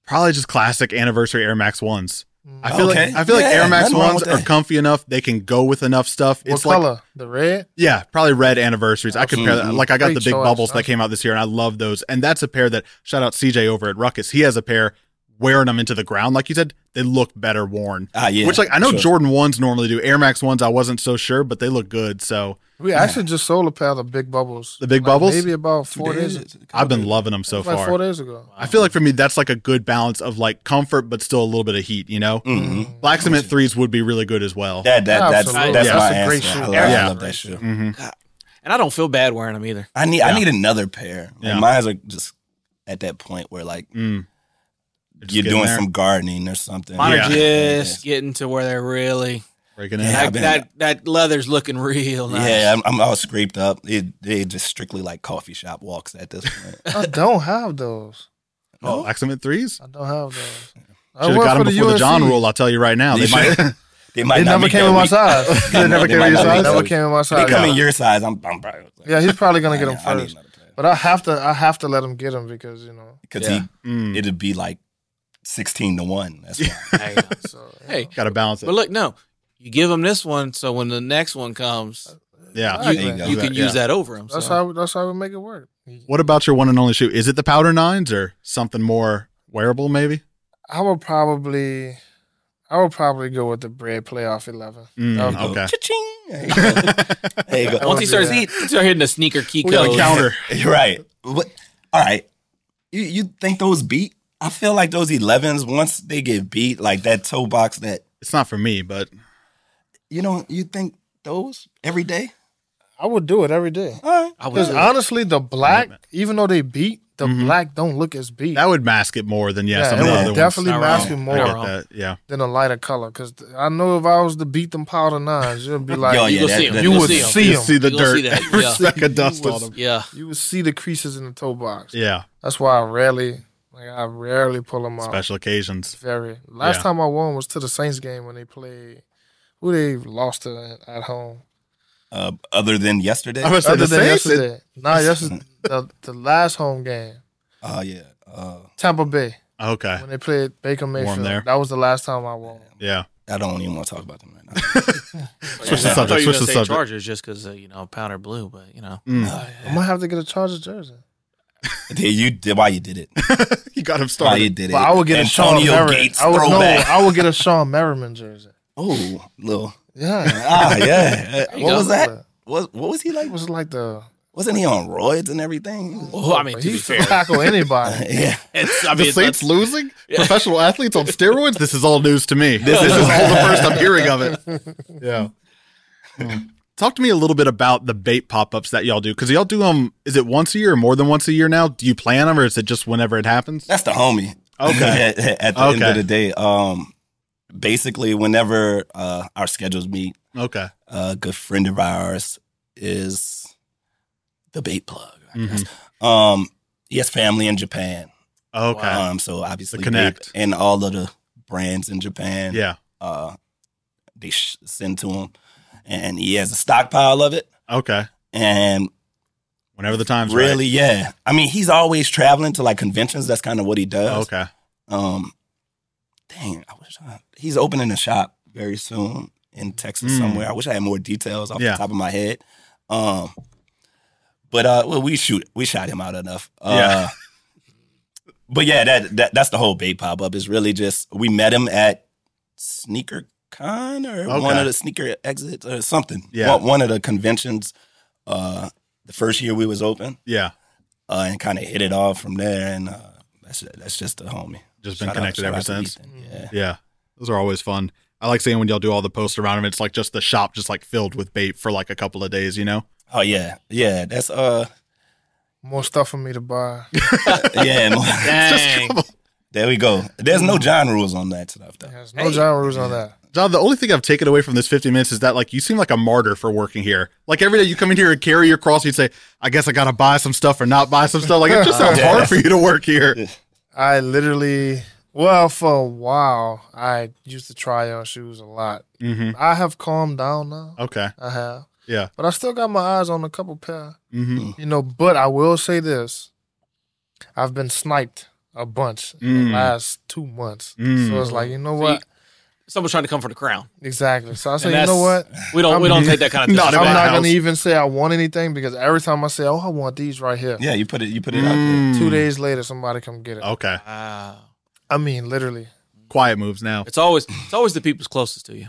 Probably just classic anniversary Air Max ones.
Mm.
I feel
Okay.
like I feel like
Yeah,
Air Max
nothing wrong
ones
with
are
that.
comfy enough. They can go with enough stuff.
what
it's like
color? the red.
yeah, probably red anniversaries. I could pair that.
Mhm.
Like I got
Great
the big
choice.
bubbles that
That's-
came out this year, and I love those. And that's a pair that shout out CJ over at Ruckus. He has a pair wearing them into the ground, like you said. They look better worn.
Ah, yeah.
Which like I know
sure.
Jordan ones normally do. Air Max ones I wasn't so sure, but they look good. So
We actually just sold a pair of the big bubbles.
The big bubbles?
Maybe about
Two
four days.
days,
ago.
I've been loving them so
like
far.
four days ago.
I feel like for me that's like a good balance of like comfort but still a little bit of heat, you know?
Mm-hmm.
Mhm.
Black cement threes would be really good as well.
That that that's
Absolutely.
that's
Yeah.
my
That's a great
answer.
shoe.
I, love,
Yeah.
I love that shoe.
hmm
And I don't feel bad wearing them either.
I need
Yeah.
I need another pair. Like,
Yeah.
Mine's are just at that point where like
Mm. Just
you're
getting
doing
there,
some gardening or something.
Mine
Yeah.
are just getting to where they're really
breaking
Yeah,
in.
I've
that,
been-
that that leather's looking real nice.
Yeah, I'm, I'm all scraped up. It they just strictly like coffee shop walks at this point.
I don't have those.
Oh, black cement threes.
I don't have those. I
Should have
work
got
for
them before the John
UNC.
rule. I'll tell you right now. They
You
might.
they might
They
not
never
make
came
that
in my
week.
size.
They
They never came
might
in your size.
not make
Never
that
came in my
If
size.
They come in your size. I'm I'm probably
Yeah, he's probably gonna get
I-
them
I need
first.
another pair.
But I have to. I have to let him get them because you know.
Because
Yeah.
Mm.
Hmm.
he it'd be like sixteen to one. That's why.
Hey,
So you
Hey,
know.
Got to balance it.
but look, no, you give them this one, so when the next one comes,
Yeah.
There you
There you go.
you can
Yeah.
use that over them.
that's how. That's how we make it work.
What about your one and only shoe? Is it the powder nines or something more wearable? Maybe.
I would probably. I would probably go with the bread playoff eleven.
Mm,
That would
go.
okay.
Cha-ching. There you go.
Once he
I would
starts,
do
he starts hitting the sneaker key
We got a
code.
counter.
You're right. But, all right. You you think those beat? I feel like those 11s once they get beat, like that toe box that
It's not for me, but
you know you think those every day.
I would do it every day.
All right.
I would
Because
do it.
honestly, the black, even though they beat, the
Mhm.
black don't look as beat.
that would mask it more than yeah,
Yeah,
some
it
of the
would
other
definitely
ones.
Not wrong.
mask it
I
more um,
get
wrong.
that. Yeah.
than a lighter color. Because I know if I was to beat them powder nines, you'd be like,
Yo,
You
yeah,
will
that-
see 'em.
that-
you
You'll
would
see 'em.
see
You
them.
see the
You'll
dirt.
see that,
Every
yeah.
speck of dust on
was-
them.
Yeah,
you would see the creases in the toe box.
Yeah.
That's why I rarely, like, I rarely pull them out.
Special occasions.
Very. Last
Yeah.
time I won was to the Saints game when they played. Who they lost to at home?
Uh, other than yesterday.
I was the
Other than
Saints. it-
yesterday, nah, yesterday the, the last home game,
Oh yeah. Uh,
Tampa Bay
Okay.
when they played Baker Mayfield.
there.
That was the last time I won.
Yeah.
I don't even want to talk about them right now.
Switch the
I thought
subject.
you were
Switch
gonna
the
say
subject.
Chargers just because uh, you know powder blue, but you know
Mm.
Oh,
I might have to get a Chargers jersey.
Yeah, you did why you did it.
you got him
Why you
started.
did it.
But I would get a Sean
Antonio
Merriman.
Gates
I would no,
throwback.
I would get a Sean Merriman jersey.
Oh, little.
Yeah.
Ah, yeah.
you
what
go.
was that? What What was he
It
like?
was like the
Wasn't he on roids and everything?
Well, I mean, to
he
be
used
fair,
to tackle anybody.
Yeah.
it's, I
The
mean,
Saints
that's-
losing? Professional athletes on steroids? This is all news to me. This, is all the first I'm hearing of it. Yeah. Talk to me a little bit about the bait pop ups that y'all do. Because y'all do them, is it once a year or more than once a year now? Do you plan them or is it just whenever it happens?
That's the homie.
Okay.
at, at the end
Okay.
of the day, um, basically, whenever uh, our schedules meet,
Okay.
a good friend of ours is the bait plug. I
Mhm.
guess. Um, he has family in Japan.
Okay.
Wow.
Um, so obviously,
Ah. The connect.
they- and all of the brands in Japan,
Yeah.
uh, they sh- send to him, and he has a stockpile of it.
Okay.
And
Whenever the time's right.
really, yeah, I mean, he's always traveling to like conventions. That's kind of what he does.
Okay.
Um, dang, I wish I, he's opening a shop very soon in Texas
Mm.
somewhere. I wish I had more details off
Yeah.
the top of my head. Um, but uh, well, we shoot, we shot him out enough. Uh,
Yeah.
but yeah, that, that that's the whole Bay pop up. Is really just we met him at Sneaker Con or
Okay.
one of the sneaker exits or something.
Yeah.
one, one of the conventions. Uh, the first year we was open,
Yeah.
uh, and kind of hit it off from there. And uh, that's that's just the homie.
Just been
Shout out-
connected
shout
ever
out to
since.
Ethan, Yeah.
Yeah. Those are always fun. I like seeing when y'all do all the posts around him. It's like just the shop just like filled with bait for like a couple of days, you know?
Oh yeah, yeah. That's uh,
More stuff for me to buy.
yeah. and-
Dang.
there we go. There's no John rules on that stuff though.
There's no John rules on that.
John, the only thing I've taken away from this 50 minutes is that like you seem like a martyr for working here. Like every day you come in here and carry your cross, you'd say, I guess I gotta buy some stuff or not buy some stuff. Like it just sounds
Yeah.
hard for you to work here.
I literally, well, for a while, I used to try on shoes a lot.
Mm-hmm.
I have calmed down now.
Okay.
I have.
Yeah.
But I still got my eyes on a couple pair.
Mm-hmm.
You know, but I will say this. I've been sniped a bunch in
Mm.
the last two months.
Mm.
So it's like, you know
So
what?
Someone's trying to come for the crown.
exactly. So I say,
And
you know
that's-
what?
We don't. we
I'm-
don't take that kind of.
Not
Not
in
I'm
my
not
house.
gonna even say I want anything because every time I say, Oh, I want these right here,
Yeah, you put it you put it out there.
Hmm.
two days later somebody come get it.
Mm. Okay.
Wow.
I mean, literally.
Quiet moves now.
Uh, It's always it's always the people's closest to you.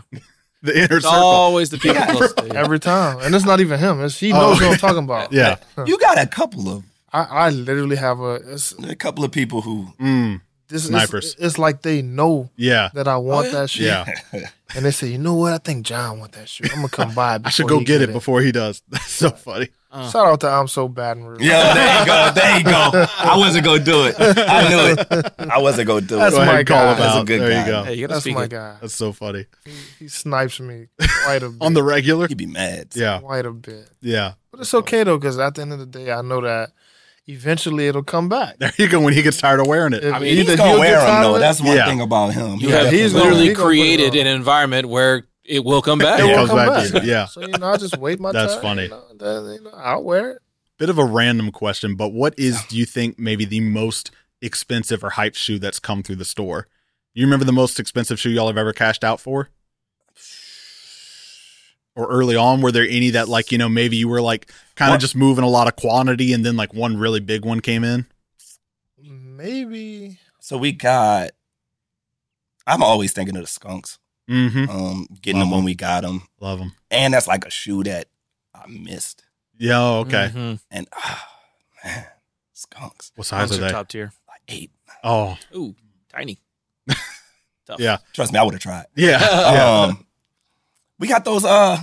The inner
It's
circle.
always the people closest to you.
Every time. And it's not even him. It's he knows what I'm talking about.
Oh. Yeah.
You got a couple of
I, I literally have a it's
a couple of people who
Mm.
this is
Snipers.
it's, like they know
Yeah.
that I want
Oh, yeah?
that shoe.
Yeah.
And they say, you know what? I think John want that shoe. I'm gonna come buy it.
I should
before
go
he
get it before he does. That's so funny.
Uh.
Shout out to I'm so bad and rude.
Yeah, there you go. There you go. I wasn't gonna do it. I knew it. I wasn't gonna do
That's
Go
it.
ahead
my
and call
guy.
him
That's a
out.
good
there
guy.
you go.
Hey, you gotta
That's
speak
my
it.
guy.
That's so funny.
He snipes me quite a bit.
On the regular?
You'd be mad.
Oh, Yeah.
quite a bit.
Yeah.
But it's okay though, because at the end of the day, I know that eventually it'll come back.
There you go when he gets tired of wearing it.
If
I mean,
He's
either
gonna
he'll
wear
get
them
tired of
though.
it-
That's one
Yeah.
thing about him.
You
Yeah,
have
he's gonna-
literally
he's gonna put it
created
on.
an environment where it will come
it
back.
It
will
comes
come
back to
back.
you, yeah.
So you know, I just wait my
That's
time.
funny.
You know, that- you know, I'll wear it.
Bit of a random question, but what is do you think maybe the most expensive or hype shoe that's come through the store? You remember the most expensive shoe y'all have ever cashed out for? Or early on, were there any that like, you know, maybe you were like kind of
What?
just moving a lot of quantity and then like one really big one came in?
Maybe
So we got. I'm always thinking of the skunks.
Mm-hmm.
Um, getting them when we got them,
Love them.
and that's like a shoe that I missed.
Yeah, oh,
Mm.
okay.
Mhm.
And ah, man, skunks
What size
Those
are they?
top tier.
like eight.
Oh,
Ooh, tiny. Tough.
Yeah.
Trust me, I would have tried.
yeah. yeah.
Um, we got those uh,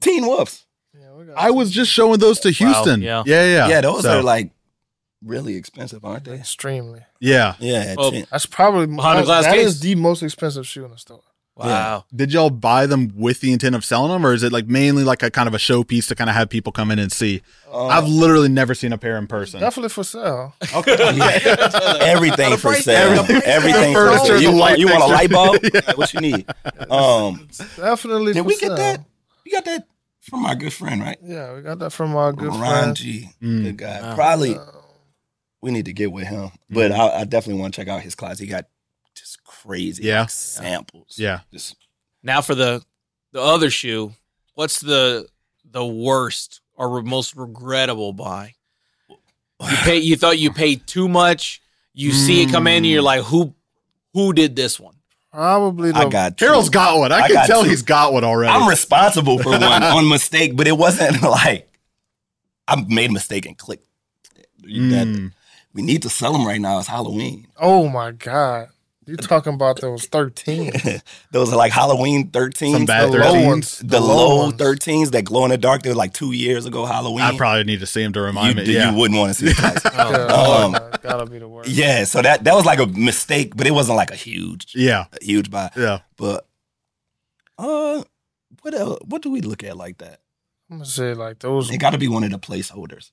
teen wolves.
yeah, we got
I was just showing those to Houston.
yeah.
yeah. Yeah,
Yeah, those
So,
are like really expensive, aren't they?
extremely.
Yeah.
Yeah,
Well,
ten-
That's probably
Behind a glass
that
case.
is the most expensive shoe in the store.
Wow.
Did y'all buy them with the intent of selling them, or is it like mainly like a kind of a showpiece to kind of have people come in and see?
uh,
I've literally never seen a pair in person.
Definitely for sale.
everything for sale. Everything
The
for
furniture,
sale.
the
You
light
want, you want a light
fixture.
bulb? Like, what you need? Um,
Definitely.
did
for
we get
sale.
that? You got that from our good friend, right?
Yeah, we got that from our good
Ron
friend.
G.
Mm.
Good guy.
Wow.
Probably
Uh,
we need to get with him, but
Hmm.
I, I definitely want to check out his closet. He got just crazy
Yeah.
like, samples.
Yeah.
Just
Now for the the other shoe. What's the the worst or re- most regrettable buy? You pay. You thought you paid too much. You see it come in, and you're like, who who did this one?
probably the
I got two.
Carol's got one. I,
I
can
got
tell
two.
he's got one already.
I'm responsible for one on mistake, but it wasn't like I made a mistake and clicked. That-
Mm.
we need to sell them right now. It's Halloween.
Oh my god. You talking about those 13.
Those are like Halloween 13s.
Some bad
the low
13s.
ones.
The,
The
low,
low ones.
13s that glow in the dark. They were like two years ago Halloween.
I probably need to see him to
you,
remind
d-
me.
you
Yeah.
wouldn't want to see that.
Yeah,
Um,
that- that'll be the worst.
yeah, so that that was like a mistake, but it wasn't like a huge,
yeah.
a huge buy.
Yeah.
But uh, what else, what do we look at like that?
I'm gonna say like those
It got to be one of the placeholders.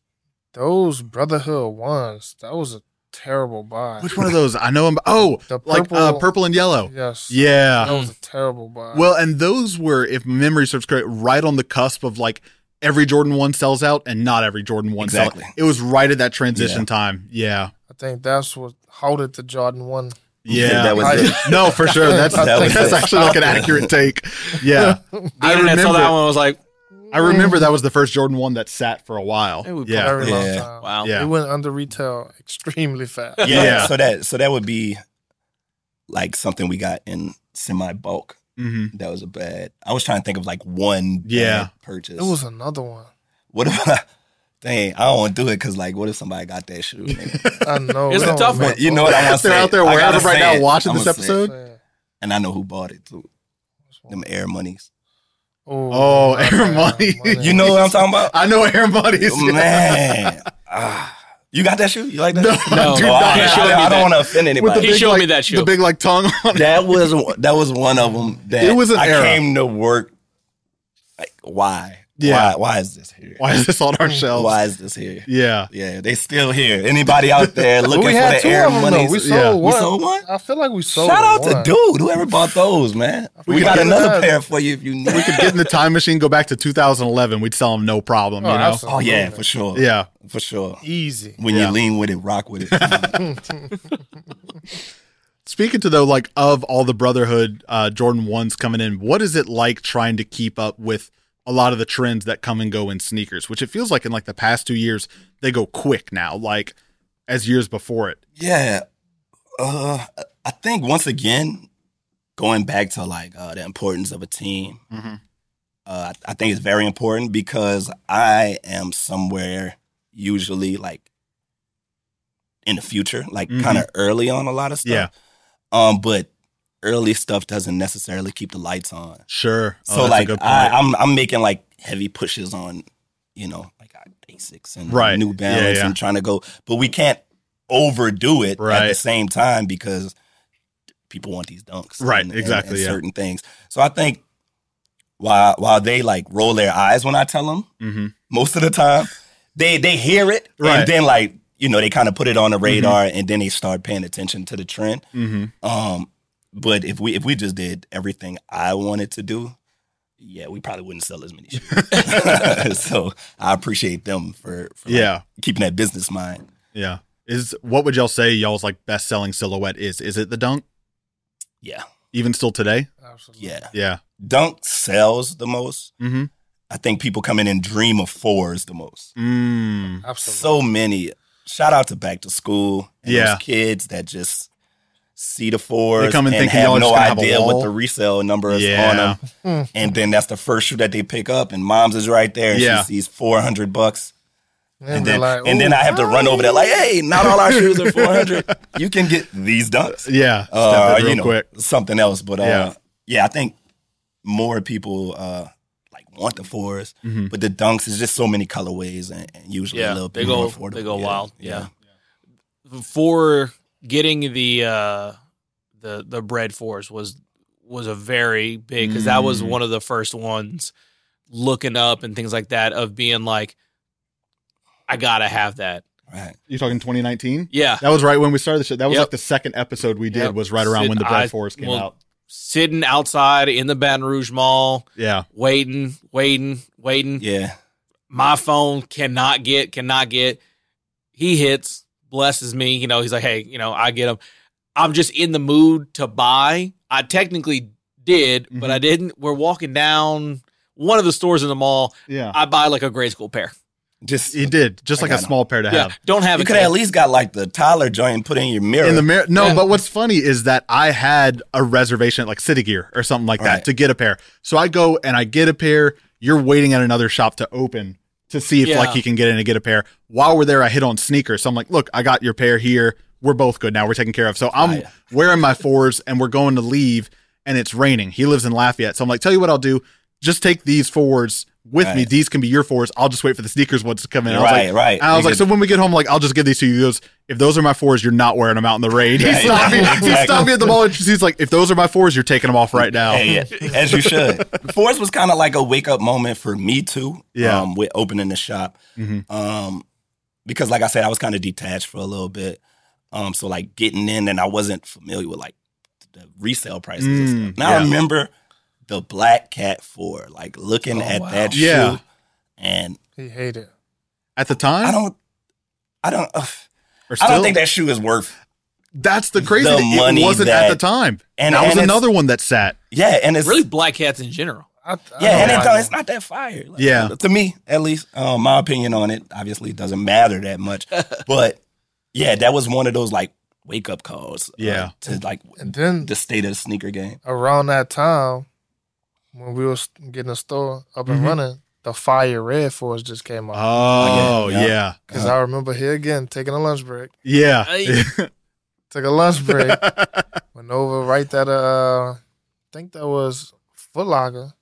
those Brotherhood ones. That was a terrible buy.
Which one of those? I know him. Oh,
The
like uh,
purple-
purple and yellow.
Yes.
Yeah.
That was a terrible
Uh-huh.
buy.
Well, and those were, if memory serves correct, right on the cusp of like every Jordan one sells out and not every Jordan one sells
Exactly.
out. It was right at that transition time. Yeah.
I think that's what halted the Jordan one.
Yeah.
that was
I-
it.
no, for sure. That's
That was
that's
it.
actually like an accurate take. Yeah.
The internet saw that one. and Was like,
I remember that was the first Jordan one that sat for a while.
It would
Yeah.
Very
Yeah.
long time.
Wow.
Yeah.
It went under retail extremely fast.
Yeah,
Yeah.
So that so that would be like something we got in semi bulk.
hmm
That was a bad. I was trying to think of like one bad
Yeah.
purchase.
It was another one.
What if I, dang, I don't want to do it because like, what if somebody got that shoe?
Mm-hmm.
I know.
It's
We
a
don't
tough
remember.
But you know what I want to say.
They're out there
I
wearing
gotta
them right
say
now
it.
watching
I'ma
this
say it.
episode.
and I know who bought it too. Them Air Monies.
Oh,
my
Air
God,
Money.
money.
You know what I'm talking about?
I know Air Buddies.
Oh, Man, Ah. you got that shoe? You like that?
No,
shoe?
No.
dude,
Oh, I,
He
I-
showed me
I
that.
don't want to
With
offend
the
anybody.
He
big,
showed
like-
me that shoe.
The big like tongue on it.
that was that was one of them. That
It was an
I
era.
came to work. Like, why?
Yeah.
Why? Why is this here?
Why is this on our shelves?
Why is this here?
Yeah.
Yeah, they still here. Anybody out there
But
looking
we
for
had
the
two
Air
of them though.
Monies?
We sold
Yeah. We
one.
sold one?
I feel like we sold.
Shout out to
one.
dude, whoever bought those, man. We,
could
got
get
another
that.
pair for you if you need.
We could get in the time machine, go back to 2011. We'd sell them no problem,
Oh,
you know?
Oh
absolutely.
yeah, for sure.
Yeah.
for sure.
Easy.
When
Yeah.
you lean with it, rock with it.
Speaking to though, like of all the Brotherhood uh, Jordan ones coming in, what is it like trying to keep up with a lot of the trends that come and go in sneakers? Which it feels like in like the past two years they go quick now, like as years before it.
yeah, uh, I think once again, going back to like uh, the importance of a team,
Mm-hmm.
Mhm.
uh, I I think it's very important because I am somewhere usually like in the future, like
Mhm.
kind of early on a lot of stuff.
Yeah.
Um, but early stuff doesn't necessarily keep the lights on.
Sure. Oh,
So
that's a
like
good point.
I, I'm I'm making like heavy pushes on, you know, like uh, basics and
Right.
New Balance
yeah.
and trying to go, but we can't overdo it at the
Right.
same time because people want these dunks,
Right,
and- and-
exactly,
and
yeah.
certain things. So I think while while they like roll their eyes when I tell them
hmm
most of the time, they they hear it
Right. Mm-hmm.
and then like you know they kind of put it on the radar and then they start paying attention to the trend.
hmm
Um, but if we if we just did everything I wanted to do, yeah, we probably wouldn't sell as many shoes. so I appreciate them for, for like,
Yeah.
keeping that business mind.
Yeah. Is what would y'all say y'all's like best selling silhouette is? Is it the dunk?
Yeah,
Even still today?
Absolutely.
yeah.
Yeah.
Dunk sells the most.
Mm-hmm.
I think people come in and dream of fours the most. Uh,
Mm.
Absolutely.
So many. Shout out to back to school. And
Yeah.
those kids that just see the fours
They come in
and
thinking y'all
have
just
no
gonna have a
idea
wall.
what the resale number is on them.
Yeah.
Mm.
and then that's the first shoe that they pick up, and mom's is right there, and
Yeah.
she sees four hundred bucks, and
they're
then
like,
and then
"Ooh,
I have to run over there like, hey, not all our shoes are four hundred. You can get these dunks,
Yeah.
uh,
Step in
you
real
know,
quick.
something else. But uh,
Yeah.
yeah, I think more people uh, like want the fours,
Mhm.
but the dunks is just so many colorways and, and usually
Yeah,
a little
they
bit
go-
more affordable.
they go wild, yeah. for getting the uh the the bread fours was was a very big because that was
Mm.
one of the first ones looking up and things like that of being like I gotta have that.
right.
You're talking 2019?
Yeah.
That was right when we started the show. That was
Yep.
like the second episode we did
Yep.
was right around when the
Sid- I-
Bread Forest came
well-
out.
Sitting outside in the Baton Rouge Mall,
Yeah.
waiting, waiting, waiting.
Yeah,
My phone cannot get, cannot get. He hits, blesses me. You know, he's like, hey, you know, I get him. I'm just in the mood to buy. I technically did, but
Mhm.
I didn't. We're walking down one of the stores in the mall.
Yeah.
I buy like a grade school pair.
just
He did. Just
I
like a
got 'em.
small pair to
Yeah.
have.
Don't have
you
a
could
kid.
have at least got like the Tyler joint and put it in your mirror
In the mirror. No,
Yeah.
but what's funny is that I had a reservation at like City Gear or something like that
Right.
to get a pair. So I go and I get a pair. You're waiting at another shop to open to see if
Yeah.
like he can get in and get a pair. While we're there, I hit on sneakers. So I'm like, look, I got your pair here. We're both good now. We're taken care of. So I'm
Fire.
wearing my fours and we're going to leave and it's raining. He lives in Lafayette. So I'm like, tell you what I'll do. Just take these fours with me.
Right.
These can be your fours. I'll just wait for the sneakers ones to come in. I was like,
right, right.
I was
You
like,
could-
so when we get home, like, I'll just give these to you. He goes, if those are my fours, you're not wearing them out in the rain. He
Yeah,
stopped me. He
exactly.
stopped me at the mall. and He's like, if those are my fours, you're taking them off right now.
Yeah, yeah, as you should. Oh. Forrest was kind of like a wake up moment for me too.
Yeah.
um, with opening the shop,
Mhm.
um, because like I said, I was kind of detached for a little bit. Um, so like getting in, and I wasn't familiar with like the resale prices. and
Mm,
stuff. Now
yeah.
I remember the Black Cat Four, like looking
Oh,
at
wow.
that
Yeah.
shoe, and
He hated.
At the time,
I don't, I don't, ugh,
or still,
I don't think that shoe is worth.
that's the crazy
the
thing. It
money
wasn't at
that-
the time.
And
that
and
was
it's-
another one that sat.
Yeah, and it's
really black cats in general.
I, I
Yeah, and
know
it
I
don't,
know.
it's not that fire. Like,
Yeah.
To me, at least, um, my opinion on it obviously doesn't matter that much. but yeah, that was one of those like wake up calls. uh,
Yeah.
to like
And then
the state of the sneaker game.
around that time, when we was getting the store up and
Mm-hmm.
Mhm.
running, the Fire Red Force just came out.
Oh,
Yeah.
yeah.
Because I remember here again taking a lunch break.
Yeah.
Hey.
Took a lunch break. went over right that uh, I think that was Foot Locker.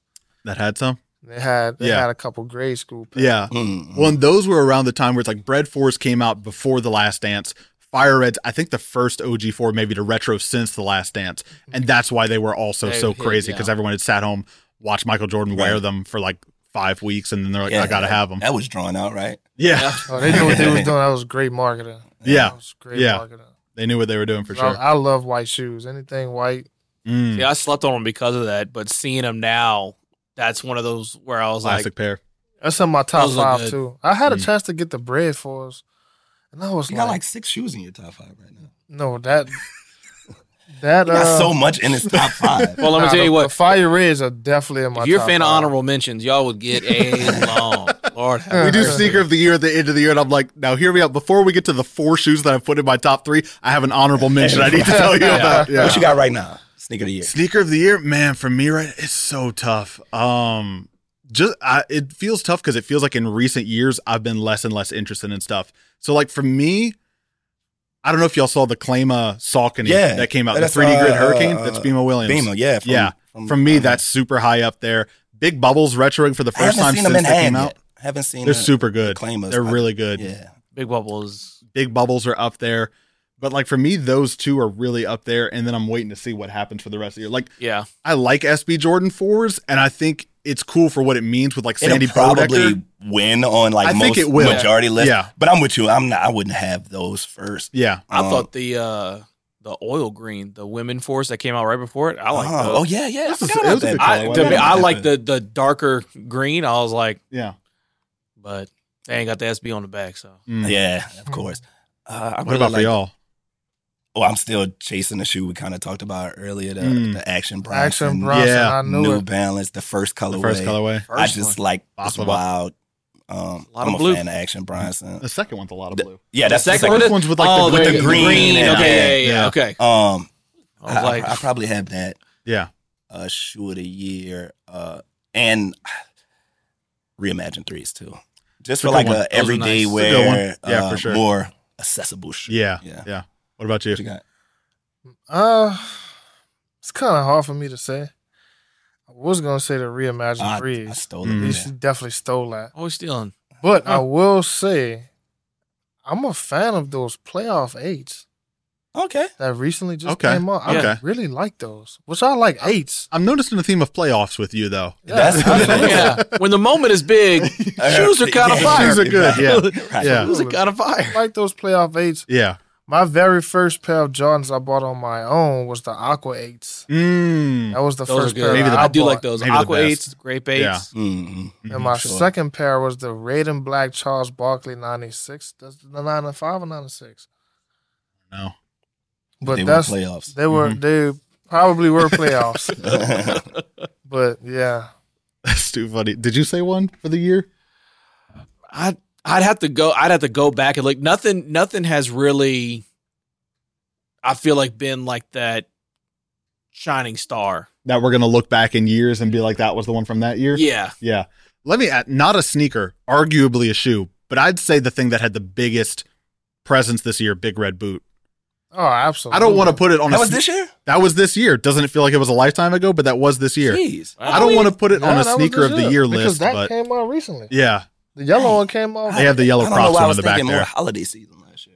that had some.
They had they
Yeah.
had a couple grade school. pairs.
Yeah.
Mm.
Well, and those were around the time where it's like Bread Force came out before The Last Dance. Fire Reds, I think the first OG4 maybe to retro since The Last Dance. And that's why they were also
They
so
hit,
crazy
yeah.
because everyone had sat home, watched Michael Jordan wear
Right.
them for like five weeks. And then they're like,
Yeah,
I got to
that-
have them.
That was drawn out, right?
Yeah.
Yeah.
Oh, they knew what they was doing. That was great marketing.
Yeah.
That was great
Yeah.
marketing.
They knew what they were doing for
I,
sure.
I love white shoes. Anything white.
Mm.
Yeah, I slept on them because of that. But seeing them now, that's one of those where I was
Classic pair.
That's in my top
Those look
five
good.
too. I had a
Mm.
chance to get the bread for us, and I was
You
like,
got like six shoes in your top five right now.
no that that
You got
uh,
so much in his top five.
like, well, let me
nah,
tell
the-
you
the
what.
fire reds are definitely in my.
If you're a
top
fan of
five.
honorable mentions, y'all would get a long. Lord, have
Yeah.
We do
mercy.
sneaker of the year at the end of the year, and I'm like, now hear me out. Before we get to the four shoes that I've put in my top three, I have an honorable mention I need to tell you
Yeah.
about. Yeah.
What you got right now? Sneaker of the year.
Sneaker of the year, man, for me, right? It's so tough. Um, just I, it feels tough because it feels like in recent years I've been less and less interested in stuff. So like for me, I don't know if y'all saw the Claima Saucony
Yeah.
that came out, the
That's,
3D Grid
uh,
Hurricane.
uh,
that's Bima Williams.
Beamer, yeah. From,
Yeah.
From,
For me,
um,
that's super high up there. Big Bubbles retroing for the
I
first
haven't
time
seen
since
them in
they came
hand
out.
yet. Haven't seen
They're
the-
super good.
the Claymores.
They're
I-
really good.
Yeah.
Big bubbles.
Big Bubbles are up there. But like for me, those two are really up there. And then I'm waiting to see what happens for the rest of the year. Like
Yeah,
I like SB Jordan fours, and I think it's cool for what it means with like Sandy
It'll probably
Bodecker.
win on like
I
most
think it will.
majority list.
Yeah.
But I'm with you. I'm not. I wouldn't have those first.
Yeah,
I
Um,
thought the uh the oil green, the women force that came out right before it. I like.
uh,
those.
oh yeah, yeah. I
This is-
forgot
it
about
was a
that.
good
I,
colorway.
to me, I
Yeah.
like the the darker green. I was like,
yeah.
but they ain't got the SB on the back, so
Mm.
Yeah, of course. Uh, I
What about for
like,
y'all?
Oh, I'm still chasing the shoe we kind of talked about earlier. The,
Mm.
the Action Bronson,
Action Bronson.
Yeah.
I knew
New
it.
Balance, the first
The
colorway.
first colorway.
I just like it's
Baklava.
wild. Um,
Lot
I'm
of
a
blue.
fan of
Mm.
Action Bronson.
The second one's a lot of blue.
Yeah, that's the
second
second.
one is-
one's Oh, with like the,
with
green.
the green. and-
okay, yeah, yeah,
yeah.
yeah, okay.
Um,
I was like,
I, probably have that
Yeah,
uh, shoe of the year uh, and Reimagine Threes too.
It's
Just
a
for
good
like
one. Those
a
are nice.
everyday
a
It's
good one.
wear,
Yeah,
uh,
for sure.
more accessible shoe.
yeah, yeah,
Yeah.
What about you?
What you got?
Uh, it's kind of hard for me to say. I was gonna say the reimagined
I, I
freeze.
stole
Mm.
it.
You
Ah, yeah.
definitely stole that.
always stealing.
But I
Huh.
will say, I'm a fan of those playoff eights
Okay.
that recently just
Okay.
came out. I
Okay.
really like those, which I like eights.
I'm noticing the theme of playoffs with you though.
Yeah,
That's-
absolutely.
yeah, when the moment is big, shoes are kind of
Yeah.
fire.
Shoes are good,
yeah.
Right.
Yeah.
shoes are kind of
I
fire.
like those playoff eights.
Yeah.
My very first pair of Jordans I bought on my own was the Aqua eights.
Mm.
That was the
Those
first
are
pair
good.
Maybe
that
the-
I,
I do
bought.
like those
maybe the
aqua
best.
eights, grape eights.
Yeah.
Mm.
And my
Sure.
second pair was the red and black Charles Barkley 96. That's the 95 or 96.
No.
But
they
that's
were playoffs.
they were
Mm-hmm.
they probably were playoffs. but yeah.
That's too funny. Did you say one for the year?
I'd I'd have to go. I'd have to go back and look. Nothing. Nothing has really. I feel like been like that shining star.
That we're gonna look back in years and be like, that was the one from that year.
Yeah,
Yeah. Let me add, not a sneaker, arguably a shoe, but I'd say the thing that had the biggest presence this year, Big Red Boot.
Oh, absolutely.
I don't want to put it on
That
a
was
sne-
this year?
that was this year. Doesn't it feel like it was a lifetime ago? But that was this year.
Jeez.
I don't want to put it on
Yeah,
a
that was
sneaker of
this
the year
because
list,
that
but
came out recently.
yeah,
The yellow one came out.
they have the yellow
I don't know
cross
why I
on
was
the back
thinking more
there.
holiday season last year.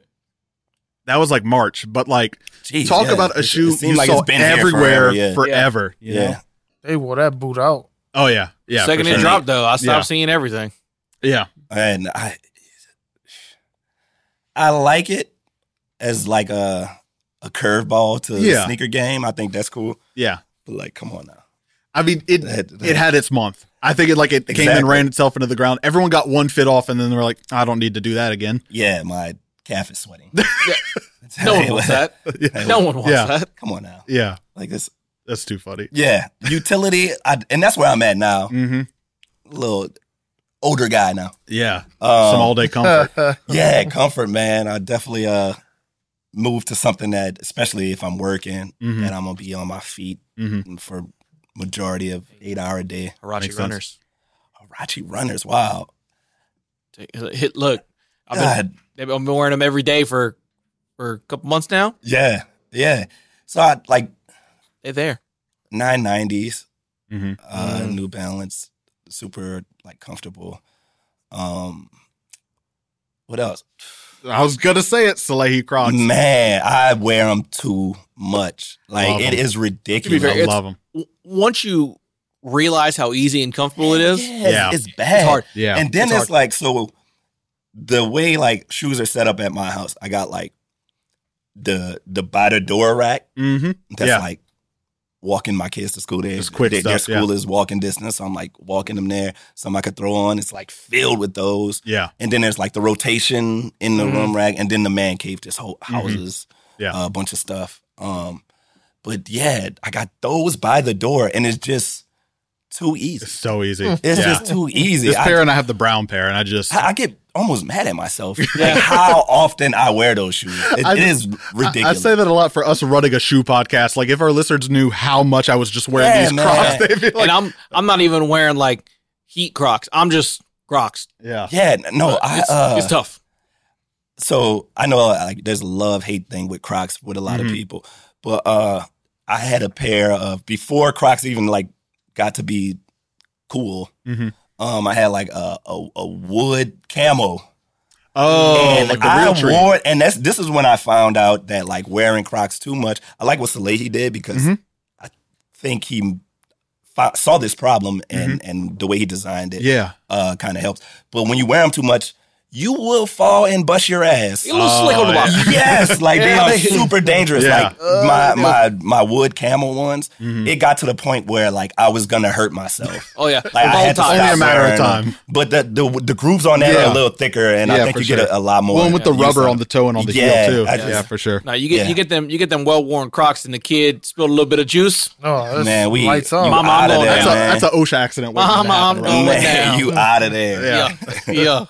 That was like March, but like
Jeez,
talk
yeah.
about
It-
a
it
shoe
seems
you
like
saw
it's been here
everywhere
forever, yeah.
forever. you know?
Yeah.
They wore that boot out.
Oh yeah. Yeah. for
Second
sure.
in drop though. I stopped
Yeah.
seeing everything.
Yeah.
And I I like it as like a a curveball to
Yeah.
the sneaker game. I think that's cool.
Yeah.
But like, come on now.
I mean, it
That- that-
it had its month. I think it like it came and
Exactly.
ran itself into the ground. Everyone got one fit off, and then they were like, "I don't need to do that again."
Yeah, my calf is sweating.
No one wants that.
yeah.
No one wants
Yeah.
that.
Come on now.
yeah,
Like this
That's too funny.
Yeah, utility, I, and that's where I'm at now.
Mm-hmm.
Little older guy now.
Yeah.
Um,
Some all day comfort.
yeah, comfort, man. I definitely uh move to something that, especially if I'm working
Mhm.
Mm-hmm.
and I'm gonna be on my feet
hmm
for majority of eight hour a day.
Harachi
Makes sense.
runners.
Harachi runners, wow.
Take- Hit look. I've been,
God,
I've been wearing them every day for for a couple months now.
yeah, yeah. So I like
They're there.
nine nineties,
hmm
uh,
Mm-hmm.
Mm.
New Balance, super like comfortable. Um, what else?
I was gonna say it, Salehi Crocs.
Man, I wear them too much. Like
Love
it
'em.
is ridiculous.
fair,
I
it's-
love them.
W- once you realize how easy and comfortable it is,
Yeah,
Yeah.
it's, it's bad.
it's hard.
Yeah.
and then
it's
it's,
hard.
like so the way like shoes are set up at my house i got like the the by the door rack
mm-hmm.
that's
Yeah.
like walking my kids to school there
Just quick
their, their
stuff, yeah.
school is walking distance so i'm like walking them there some i could throw on it's like filled with those
Yeah.
and then there's like the rotation in the
Mhm.
room rack and then the man cave just ho- houses
Mm-hmm. Yeah.
uh, a bunch of stuff um but yeah i got those by the door and it's just too easy
It's so easy.
Mm, it's
yeah.
just too easy
this
I-
pair and I have the brown pair, and I just
I, I get almost mad at myself. Like how often I wear those shoes. It-
I-
it is
I- I,
ridiculous.
say that a lot for us running a shoe podcast. Like if our listeners knew how much I was just wearing
Yeah,
these
man.
Crocs, they'd be like,
and I'm I'm not even wearing like heat Crocs. I'm just Crocs.
yeah,
yeah, n- no, I
it's,
uh,
it's tough.
so I know uh, like there's a love hate thing with Crocs with a lot
Mm-hmm.
Mhm.
of people. But uh I had a pair of before Crocs even like got to be cool.
Mhm.
Um, I had like a, a, a wood camo,
oh,
and
like the
I
real tree.
wore it. And that's this is when I found out that like wearing Crocs too much. I like what Salehi did because
Mhm.
I think he fi- saw this problem and and the way he designed it
Mm-hmm. yeah,
uh, kind of helps. But when you wear them too much, you will fall and bust your ass.
A little slick on the
uh,
yeah.
bottom.
Yes, like
Yeah. Oh,
they are super dangerous.
Yeah. Mm.
Like my my my wood camel ones,
Mm-hmm.
it got to the point where like I was gonna hurt myself.
Oh yeah,
Like I
All
had to
time.
stop
Only a matter of
wearing
time.
them. But the, the the grooves on that are
Yeah.
a little thicker, and I
Yeah,
think
for
you get
sure.
a, a lot more.
one with the
use
rubber
out
on the toe and on the
Yeah,
heel too.
I
yeah,
just-
for sure.
No, you get
Yeah.
you get them you get them well worn Crocs, and the kid spilled a little bit of juice.
No,
Man, we
lights
you
on.
Mama, I'm
out of
going-
there,
That's,
man.
a, that's a OSHA accident. waiting
Mom,
to happen,
I'm
right?
going
man,
down.
you out of there.
Yeah.
yeah. yeah.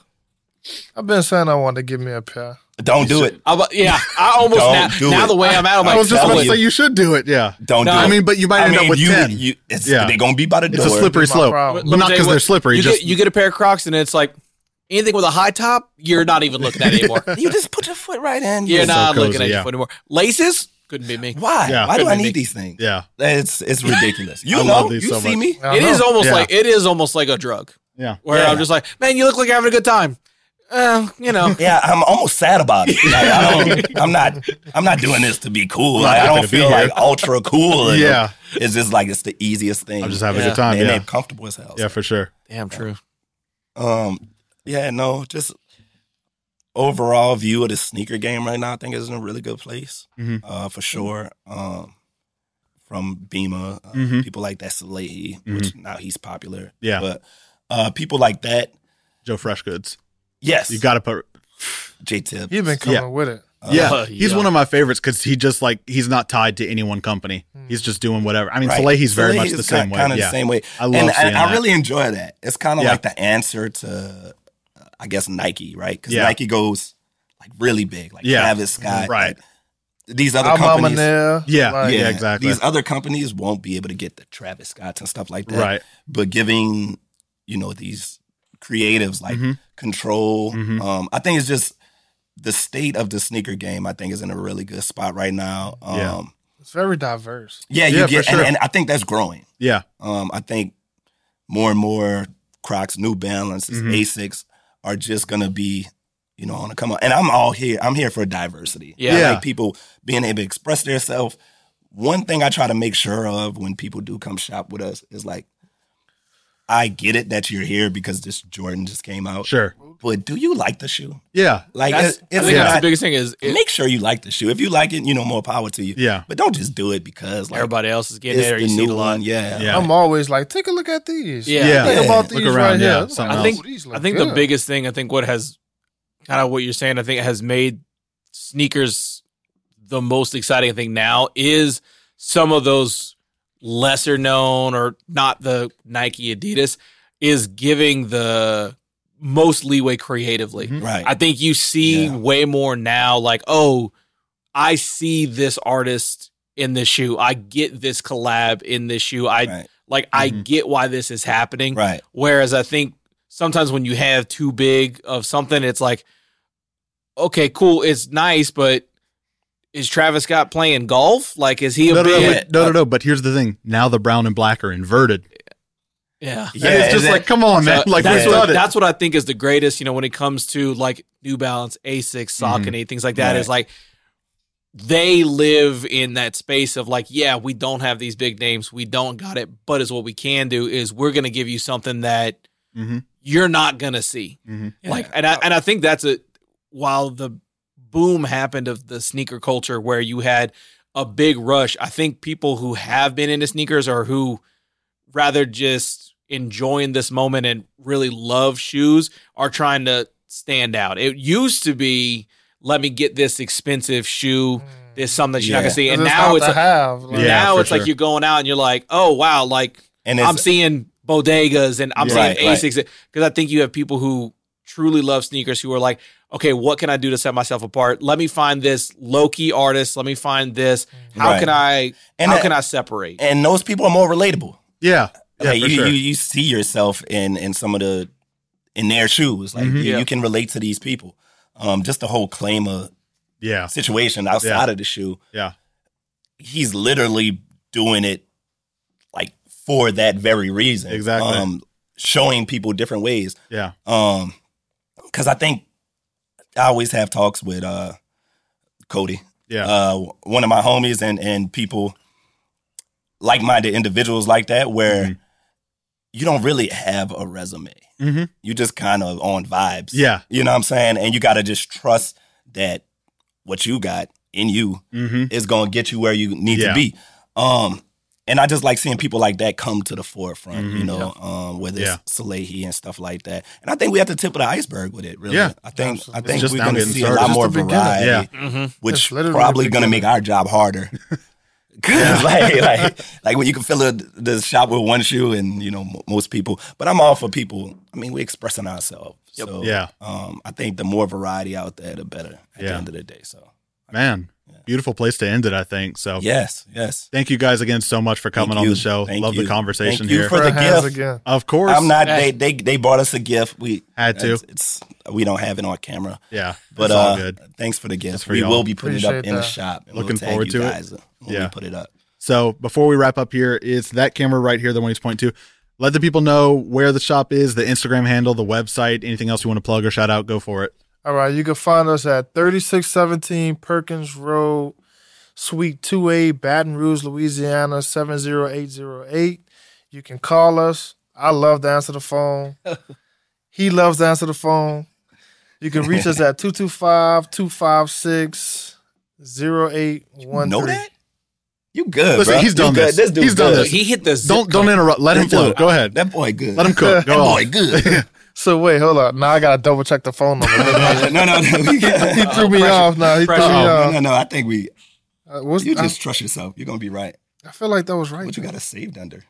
I've been saying I wanted to give me a pair.
Don't do it.
I, yeah, I almost
Don't
now,
do
now
it.
the way I'm out of my
I was just
tell
about to
you.
say you should do it. Yeah,
Don't
No.
do it.
I mean, but you might
I
end up
mean,
with
you,
ten.
you it's,
Yeah.
they're gonna be by the
it's
door.
a slippery
My
slope,
problem.
but not because they're slippery.
You
Just
get you get a pair of Crocs, and it's like anything with a high top, you're not even looking at it anymore.
You just put your foot right in.
You're
You're
not
cozy,
looking at
yeah.
your foot anymore. Laces couldn't be me.
Why?
Yeah.
Why do
Couldn't
I
be me.
need these things?
yeah,
It's it's ridiculous. You
I
know,
love these
you
so
see
much.
me.
I
It
don't
is
know.
almost
Yeah.
like it is almost like a drug
yeah.
where
Yeah.
I'm just like, man, you look like you're having a good time. Uh, you know,
Yeah, I'm almost sad about it. Like, I don't, I'm not. I'm not doing this to be cool. Like, I
happy
don't
to be
feel
here.
like ultra cool. And
Yeah.
it's just like it's the easiest thing.
I'm just having a
Yeah.
good time.
and they're
Yeah,
comfortable as hell.
yeah, for sure.
damn true.
Um. Yeah. No. Just overall view of the sneaker game right now. I think is in a really good place.
Mhm.
Uh, for sure. Um, from Bima, uh,
Mhm.
people like that Salehi, which now he's popular.
Mm-hmm. Yeah.
But uh, people like that.
Joe Fresh Goods.
Yes.
You got to put
J Tip.
You've been coming with it.
Oh,
Yeah,
Uh,
he's
yeah.
one of my favorites because he just like he's not tied to any one company. He's just doing whatever. I mean,
Right.
Salehi's very
Salehi
much
is
the same
kind,
way.
Kind of
yeah,
the same way.
I love
and,
seeing
and I
that.
really enjoy that. It's kind of
Yeah.
like the answer to, uh, I guess, Nike, right? Because
Yeah.
Nike goes like really big, like
Yeah.
Travis Scott,
Right.
like, these other
Our mama
companies.
there.
Yeah.
Like,
Yeah. exactly.
These other companies won't be able to get the Travis Scotts and stuff like that.
right.
But giving, you know, these creatives like
Mhm.
control,
Mhm.
um, I think it's just the state of the sneaker game. I think is in a really good spot right now. Um,
Yeah.
It's very diverse.
yeah, you
Yeah, for
get, and-
sure.
and I think that's growing.
Yeah,
Um, I think more and more Crocs, New Balances,
Mm-hmm.
Mhm.
Asics are just gonna be, you know, on the come up. And I'm all here. I'm here for diversity.
Yeah.
I
Yeah.
like people being able to express themselves. One thing I try to make sure of when people do come shop with us is like, I get it that you're here because this Jordan just came out,
sure.
but do you like the shoe?
Yeah,
Like,
That's,
it's,
I
it's
think that's
not,
the biggest thing is it,
make sure you like the shoe. If you like it, you know, more power to you.
yeah,
But don't just do it because like
everybody else is
it's
getting it or
the
you see it
new
a lot.
one. Yeah,
Yeah.
I'm always like, take a look at these.
Yeah.
Yeah.
Think about
Yeah.
these
Look around,
right
yeah,
here. Like,
something
oh,
I think-
these
I
look
think the
good.
biggest thing I think what has kind of what you're saying I think has made sneakers the most exciting thing now is some of those lesser known or not the Nike Adidas is giving the most leeway creatively.
Mhm.
Right.
I think you see
Mm-hmm. Yeah.
way more now, like, oh, I see this artist in this shoe. I get this collab in this shoe. I
right. Mm-hmm.
like I
Mhm.
get why this is happening.
Right.
Whereas I think sometimes when you have too big of something, it's like, okay, cool, it's nice, but is Travis Scott playing golf? Like, is he a
No, no, no,
big?
wait, no, no, no. But here's the thing: now the brown and black are inverted.
Yeah.
Yeah, it's just
and
like, come on, Oh, man!
So
Like
that's
we
what
got it.
that's what I think is the greatest. You know, when it comes to like New Balance, Asics, Saucony, things like that,
Right.
is like they live in that space of like, yeah, we don't have these big names, we don't got it, but is what we can do is we're gonna give you something that
Mm-hmm,
you're not gonna see.
mm-hmm.
Yeah.
Like, and I and I think that's a while the boom happened of the sneaker culture where you had a big rush. I think people who have been into sneakers or who rather just enjoying this moment and really love shoes are trying to stand out. It used to be let me get this expensive shoe, this something that you're not
Yeah.
gonna see, and
Mm. It's
now
not
it's
to
a,
have. Like,
Yeah,
now
for
it's
sure.
like you're going out and you're like, oh wow, like
And
I'm
it's,
seeing bodegas and I'm
Yeah.
seeing
Right, right.
Asics because I think you have people who truly love sneakers who are like, okay, what can I do to set myself apart? Let me find this low key artist. Let me find this. How
Mm-hmm. Right.
can I?
and,
how
that-
can I separate?
and those people are more relatable.
Yeah, yeah,
like
for
you,
sure.
you, you see yourself in in some of the in their shoes. Like
Mhm.
you,
Yeah.
you can relate to these people. Um, just the whole claimer
yeah,
situation outside of the shoe.
Yeah.
he's literally doing it like for that very reason.
Exactly.
Um, showing people different ways.
yeah.
Um, because I think I always have talks with uh Cody,
Yeah.
uh, one of my homies, and and people like minded individuals like that, where
Mhm.
you don't really have a resume.
Mm-hmm.
You just kind of on vibes.
Yeah.
you know what I'm saying, and you got to just trust that what you got in you
Mm-hmm.
is gonna get you where you need
Yeah.
to be. Um, and I just like seeing people like that come to the forefront,
Mhm.
you know, um, whether
Yeah.
it's Salehi and stuff like that. And I think we have the tip of the iceberg with it, really.
Yeah.
I think
Absolutely.
I
It's
think
just
we're
now
gonna
getting
see
started.
a lot
Just
more
the beginning.
variety,
Yeah.
Mhm.
which
It's literally
probably
the
gonna make
beginning.
our job harder. 'Cause, like, like, like when you can fill a, the shop with one shoe, and you know m- most people. But I'm all for people. I mean, we're expressing ourselves.
Yep.
So
Yeah.
um, I think the more variety out there, the better. At the
Yeah.
end of the day, so
Man, beautiful place to end it. I think so.
yes, yes.
Thank you guys again so much for coming
Thank
on
you.
the show.
Thank
Love the
you.
conversation
Thank you
here.
for the
hands
gift.
again.
of course,
I'm not.
Yeah.
They they they brought us a gift. We
Had to.
It's, it's- we don't have it on camera,
yeah,
but
it's all
uh,
good.
thanks for the gift.
for
we
y'all.
will be putting it up
Appreciate
in the
that.
shop. And
Looking
we'll tag
forward
you
to it.
guys When
Yeah.
we put it up.
So before we wrap up here, it's that camera right here, the one he's pointing to. Let the people know where the shop is, the Instagram handle, the website, anything else you want to plug or shout out. Go for it.
All right, you can find us at 3617 Perkins Road, Suite 2A, Baton Rouge, Louisiana 70808. You can call us. I love to answer the phone. he loves to answer the phone. You can reach us at 225 256 0813.
know that? You good?
Listen,
bruh.
he's
You
done
good.
this.
This dude
He's done
good.
this.
He hit the zip
Don't don't interrupt. Let him
Let's do
flow.
it.
Go ahead.
That boy good.
Let him cook.
That
Go
boy
on.
good.
So, wait, hold up. Now I got to double check the phone number.
no, no, no. We
he
good.
threw me
Pressure.
off now. He
Pressure.
threw me
No,
off.
no, no. I think we.
Uh, what's,
You
I-
just trust yourself. You're gonna be right.
I, feel like that was right.
What you got us saved under?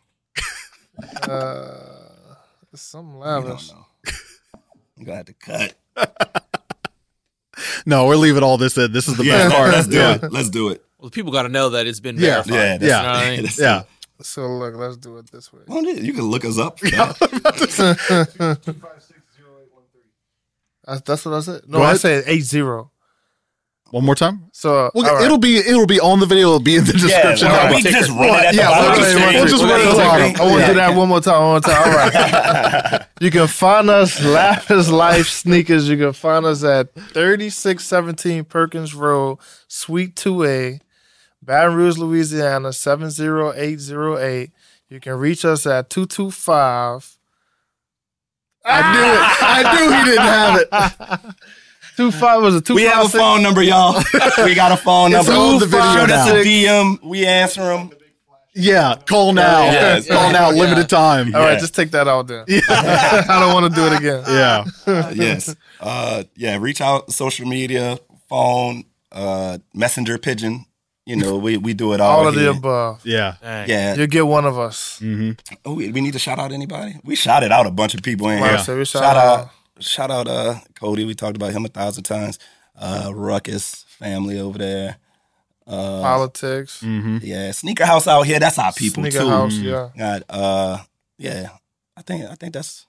Uh, some
I don't
lavish.
know. I'm gonna have to cut.
No, we're leaving all this in. This is the
Yeah,
best part.
let's do
yeah.
it. Let's do it.
Well, people got to know that it's been
Yeah.
verified.
Yeah,
Yeah.
You know what I mean?
Yeah.
So look, let's do it this way.
Well, You can look us up.
That's, that's what I said.
Go
No, I
ahead.
said eight zero.
One more time.
So
Well,
all right.
it'll be it'll be on the video. It'll be in the description.
well,
How
we
about-
just run it at the
Yeah,
bottom.
we'll
of the
just-
screen.
we'll just
We're
run it
gonna
along.
take
I want to
Yeah.
do that one more time. One more time. All right. you can find us Laugh is Life sneakers. You can find us at thirty six seventeen Perkins Road, Suite Two A, Baton Rouge, Louisiana seven zero eight zero eight. You can reach us at two two five
I knew it. I knew he didn't have it.
two five was a two
We have a
five six.
phone number, y'all. We got a phone number.
on the video
Shoot us
now.
a DM. We answer them.
Yeah, call now.
Oh, Yeah, yeah,
call now.
yeah.
Limited time.
All right,
Yeah.
just take that out then. I don't want to do it again.
Yeah.
yes. Uh, yeah. Reach out. Social media, phone, uh, messenger, pigeon. You know, we, we do it all.
All of the
here.
above.
Yeah.
Dang.
Yeah.
You'll get one of us.
hmm
Oh, we, we need to shout out anybody. We shouted out a bunch of people in
Like I
here.
said, we shout,
Shout
out.
out, shout out, uh, Cody. We talked about him a thousand times. Uh, Ruckus family over there. Uh,
Politics.
hmm
yeah, sneaker house out here. That's our people
Sneaker
too.
house, yeah.
Got uh, yeah. I think I think that's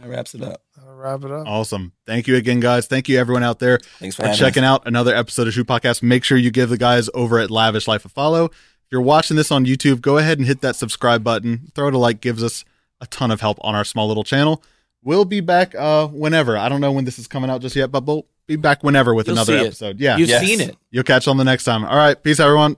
that wraps it up.
I'll wrap it up.
Awesome. Thank you again, guys. Thank you, everyone out there,
Thanks for,
for
having
checking
us.
out another episode of Shoe Podcast. Make sure you give the guys over at Lavish Life a follow. If you're watching this on YouTube, go ahead and hit that subscribe button. Throw it a like, gives us a ton of help on our small little channel. We'll be back uh whenever. I don't know when this is coming out just yet, but we'll be back whenever with
You'll
another
see it.
episode. Yeah.
You've
Yes.
seen it.
You'll catch on the next time. All right. Peace, everyone.